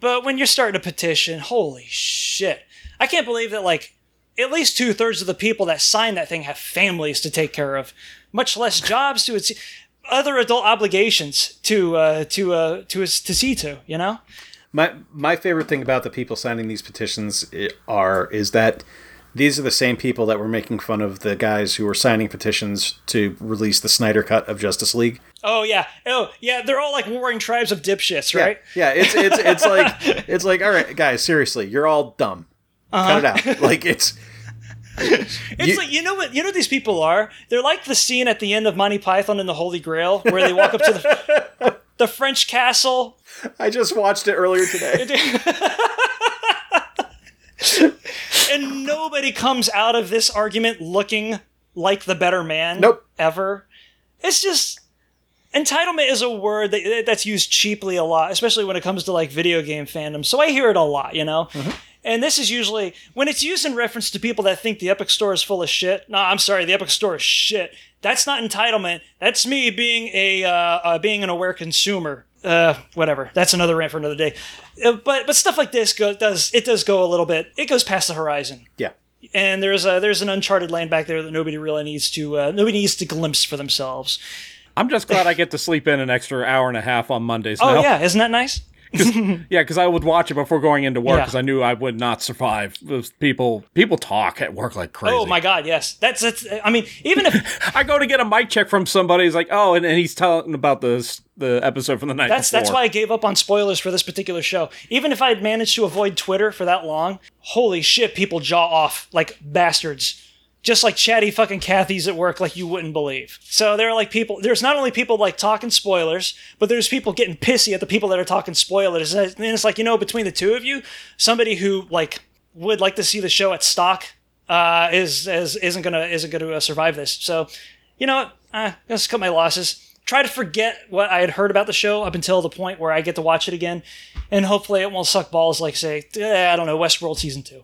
Speaker 2: But when you're starting a petition, holy shit! I can't believe that like at least two thirds of the people that sign that thing have families to take care of, much less jobs to its other adult obligations to uh, to uh, to its- to see to. You know.
Speaker 3: My my favorite thing about the people signing these petitions i- are is that these are the same people that were making fun of the guys who were signing petitions to release the Snyder cut of Justice League.
Speaker 2: Oh yeah. Oh yeah. They're all like warring tribes of dipshits, right?
Speaker 3: Yeah, it's it's it's like it's like all right, guys, seriously, you're all dumb. Cut
Speaker 2: Uh-huh.
Speaker 3: it out. Like it's
Speaker 2: It's
Speaker 3: You-
Speaker 2: like you know what you know what these people are. They're like the scene at the end of Monty Python and the Holy Grail where they walk up to the the French castle.
Speaker 3: I just watched it earlier today.
Speaker 2: and nobody comes out of this argument looking like the better man.
Speaker 3: Nope.
Speaker 2: Ever. It's just entitlement is a word that that's used cheaply a lot, especially when it comes to like video game fandom. So I hear it a lot, you know. And this is usually when it's used in reference to people that think the Epic Store is full of shit. No, I'm sorry, the Epic Store is shit. That's not entitlement. That's me being a uh, uh, being an aware consumer. Uh, whatever. That's another rant for another day. Uh, but but stuff like this go, does it does go a little bit. It goes past the horizon
Speaker 3: Yeah.
Speaker 2: and there's a there's an uncharted land back there that nobody really needs to uh, nobody needs to glimpse for themselves.
Speaker 4: I'm just glad I get to sleep in an extra hour and a half on Mondays
Speaker 2: Oh
Speaker 4: now.
Speaker 2: yeah, isn't that nice?
Speaker 4: Yeah, because I would watch it before going into work
Speaker 2: Yeah.
Speaker 4: because I knew I would not survive. Those People people talk at work like crazy.
Speaker 2: Oh my god, yes. That's that's. I mean, even if
Speaker 4: I go to get a mic check from somebody. He's like, oh, and, and he's telling about the the episode from the night.
Speaker 2: that's that's
Speaker 4: before.
Speaker 2: why I gave up on spoilers for this particular show. Even if I had managed to avoid Twitter for that long, holy shit, people jaw off like bastards. Just like chatty fucking Cathy's at work, like you wouldn't believe. So there are like people. There's not only people like talking spoilers, but there's people getting pissy at the people that are talking spoilers. And it's like you know, between the two of you, somebody who like would like to see the show at stock uh, is, is isn't gonna isn't gonna uh, survive this. So, you know, what? uh, let's cut my losses. Try to forget what I had heard about the show up until the point where I get to watch it again, and hopefully it won't suck balls like say eh, I don't know Westworld season two.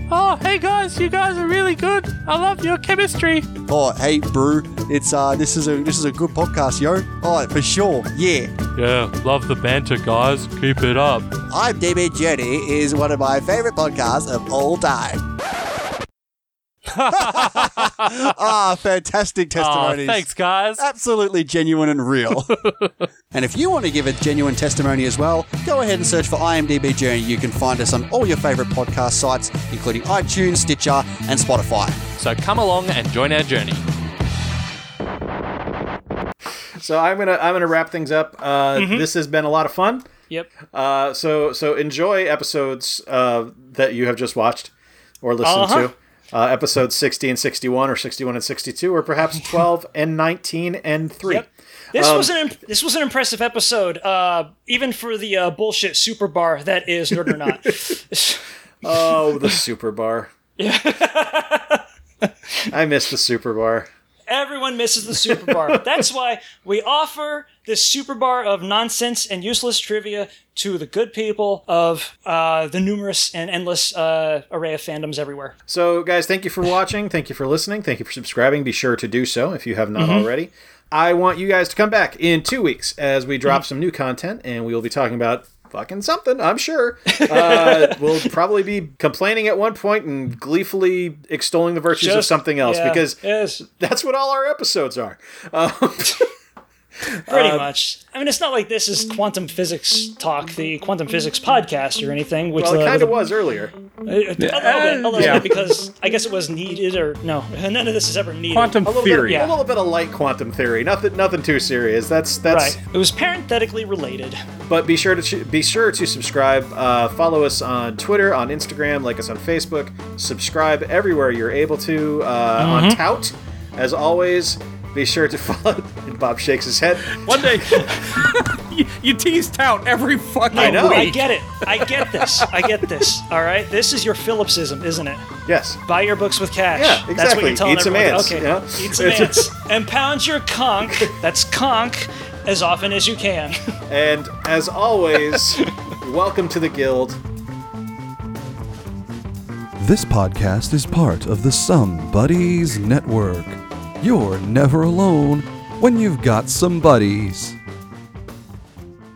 Speaker 6: Oh, hey guys, you guys are really good. I love your chemistry.
Speaker 7: Oh, hey, brew, it's uh, this is a this is a good podcast, yo. Oh, for sure, yeah.
Speaker 6: Yeah, love the banter, guys. Keep it up.
Speaker 7: I'm DB Journey is one of my favorite podcasts of all time. ah, fantastic
Speaker 6: Aw,
Speaker 7: testimonies.
Speaker 6: thanks, guys.
Speaker 7: absolutely genuine and real. and if you want to give a genuine testimony as well, go ahead and search for IMDb Journey. You can find us on all your favorite podcast sites, including iTunes, Stitcher, and Spotify.
Speaker 6: So come along and join our journey.
Speaker 3: So I'm gonna I'm gonna wrap things up. Uh,
Speaker 2: Mm-hmm.
Speaker 3: This has been a lot of fun.
Speaker 2: Yep.
Speaker 3: Uh, so so enjoy episodes uh, that you have just watched or listened
Speaker 2: Uh-huh.
Speaker 3: to. Uh, episodes 60 and 61 or 61 and 62 or perhaps 12 and 19 and 3
Speaker 2: Yep. This was an imp- this was an impressive episode, uh, even for the uh, bullshit super bar that is nerd or not.
Speaker 3: oh the super bar i miss the super bar
Speaker 2: Everyone misses the super bar. That's why we offer this super bar of nonsense and useless trivia to the good people of uh, the numerous and endless uh, array of fandoms everywhere. Mm-hmm.
Speaker 3: So, guys, thank you for watching. Thank you for listening. Thank you for subscribing. Be sure to do so if you have not already. I want you guys to come back in two weeks as we
Speaker 2: Mm-hmm.
Speaker 3: drop some new content, and we will be talking about fucking something. I'm sure uh, we'll probably be complaining at one point and gleefully extolling the virtues of
Speaker 2: Just-
Speaker 3: something else
Speaker 2: yeah,
Speaker 3: because
Speaker 2: yes,
Speaker 3: that's what all our episodes are. Um,
Speaker 2: pretty
Speaker 3: uh,
Speaker 2: much. I mean, it's not like this is quantum physics talk, the quantum physics podcast or anything. Which
Speaker 3: well, it
Speaker 2: the-
Speaker 3: kind of was earlier.
Speaker 2: A little bit, a little
Speaker 4: Yeah.
Speaker 2: bit, because I guess it was needed or no, none of this is ever needed.
Speaker 4: Quantum
Speaker 3: A little
Speaker 4: theory.
Speaker 3: bit,
Speaker 2: yeah.
Speaker 3: a little bit of light quantum theory. Nothing, nothing too serious. That's that's.
Speaker 2: Right. It was parenthetically related.
Speaker 3: But be sure to be sure to subscribe. Uh, follow us on Twitter, on Instagram, like us on Facebook. Subscribe everywhere you're able to uh, on Tout, as always. Be sure to follow. And Bob shakes his head.
Speaker 4: One day, you, you teased out every fucking
Speaker 2: I
Speaker 3: know.
Speaker 2: I
Speaker 4: week.
Speaker 2: get it. I get this. I get this. All right. This is your Phillipsism, isn't it?
Speaker 3: Yes.
Speaker 2: Buy your books with cash.
Speaker 3: Yeah,
Speaker 2: That's what
Speaker 3: exactly.
Speaker 2: you're telling
Speaker 3: Eat some
Speaker 2: everyone.
Speaker 3: ants,
Speaker 2: Okay.
Speaker 3: yeah.
Speaker 2: Eat some ants. and pound your conch. That's conch. As often as you can.
Speaker 3: And as always, welcome to the guild.
Speaker 8: This podcast is part of the Some Buddies Network. You're never alone when you've got some buddies.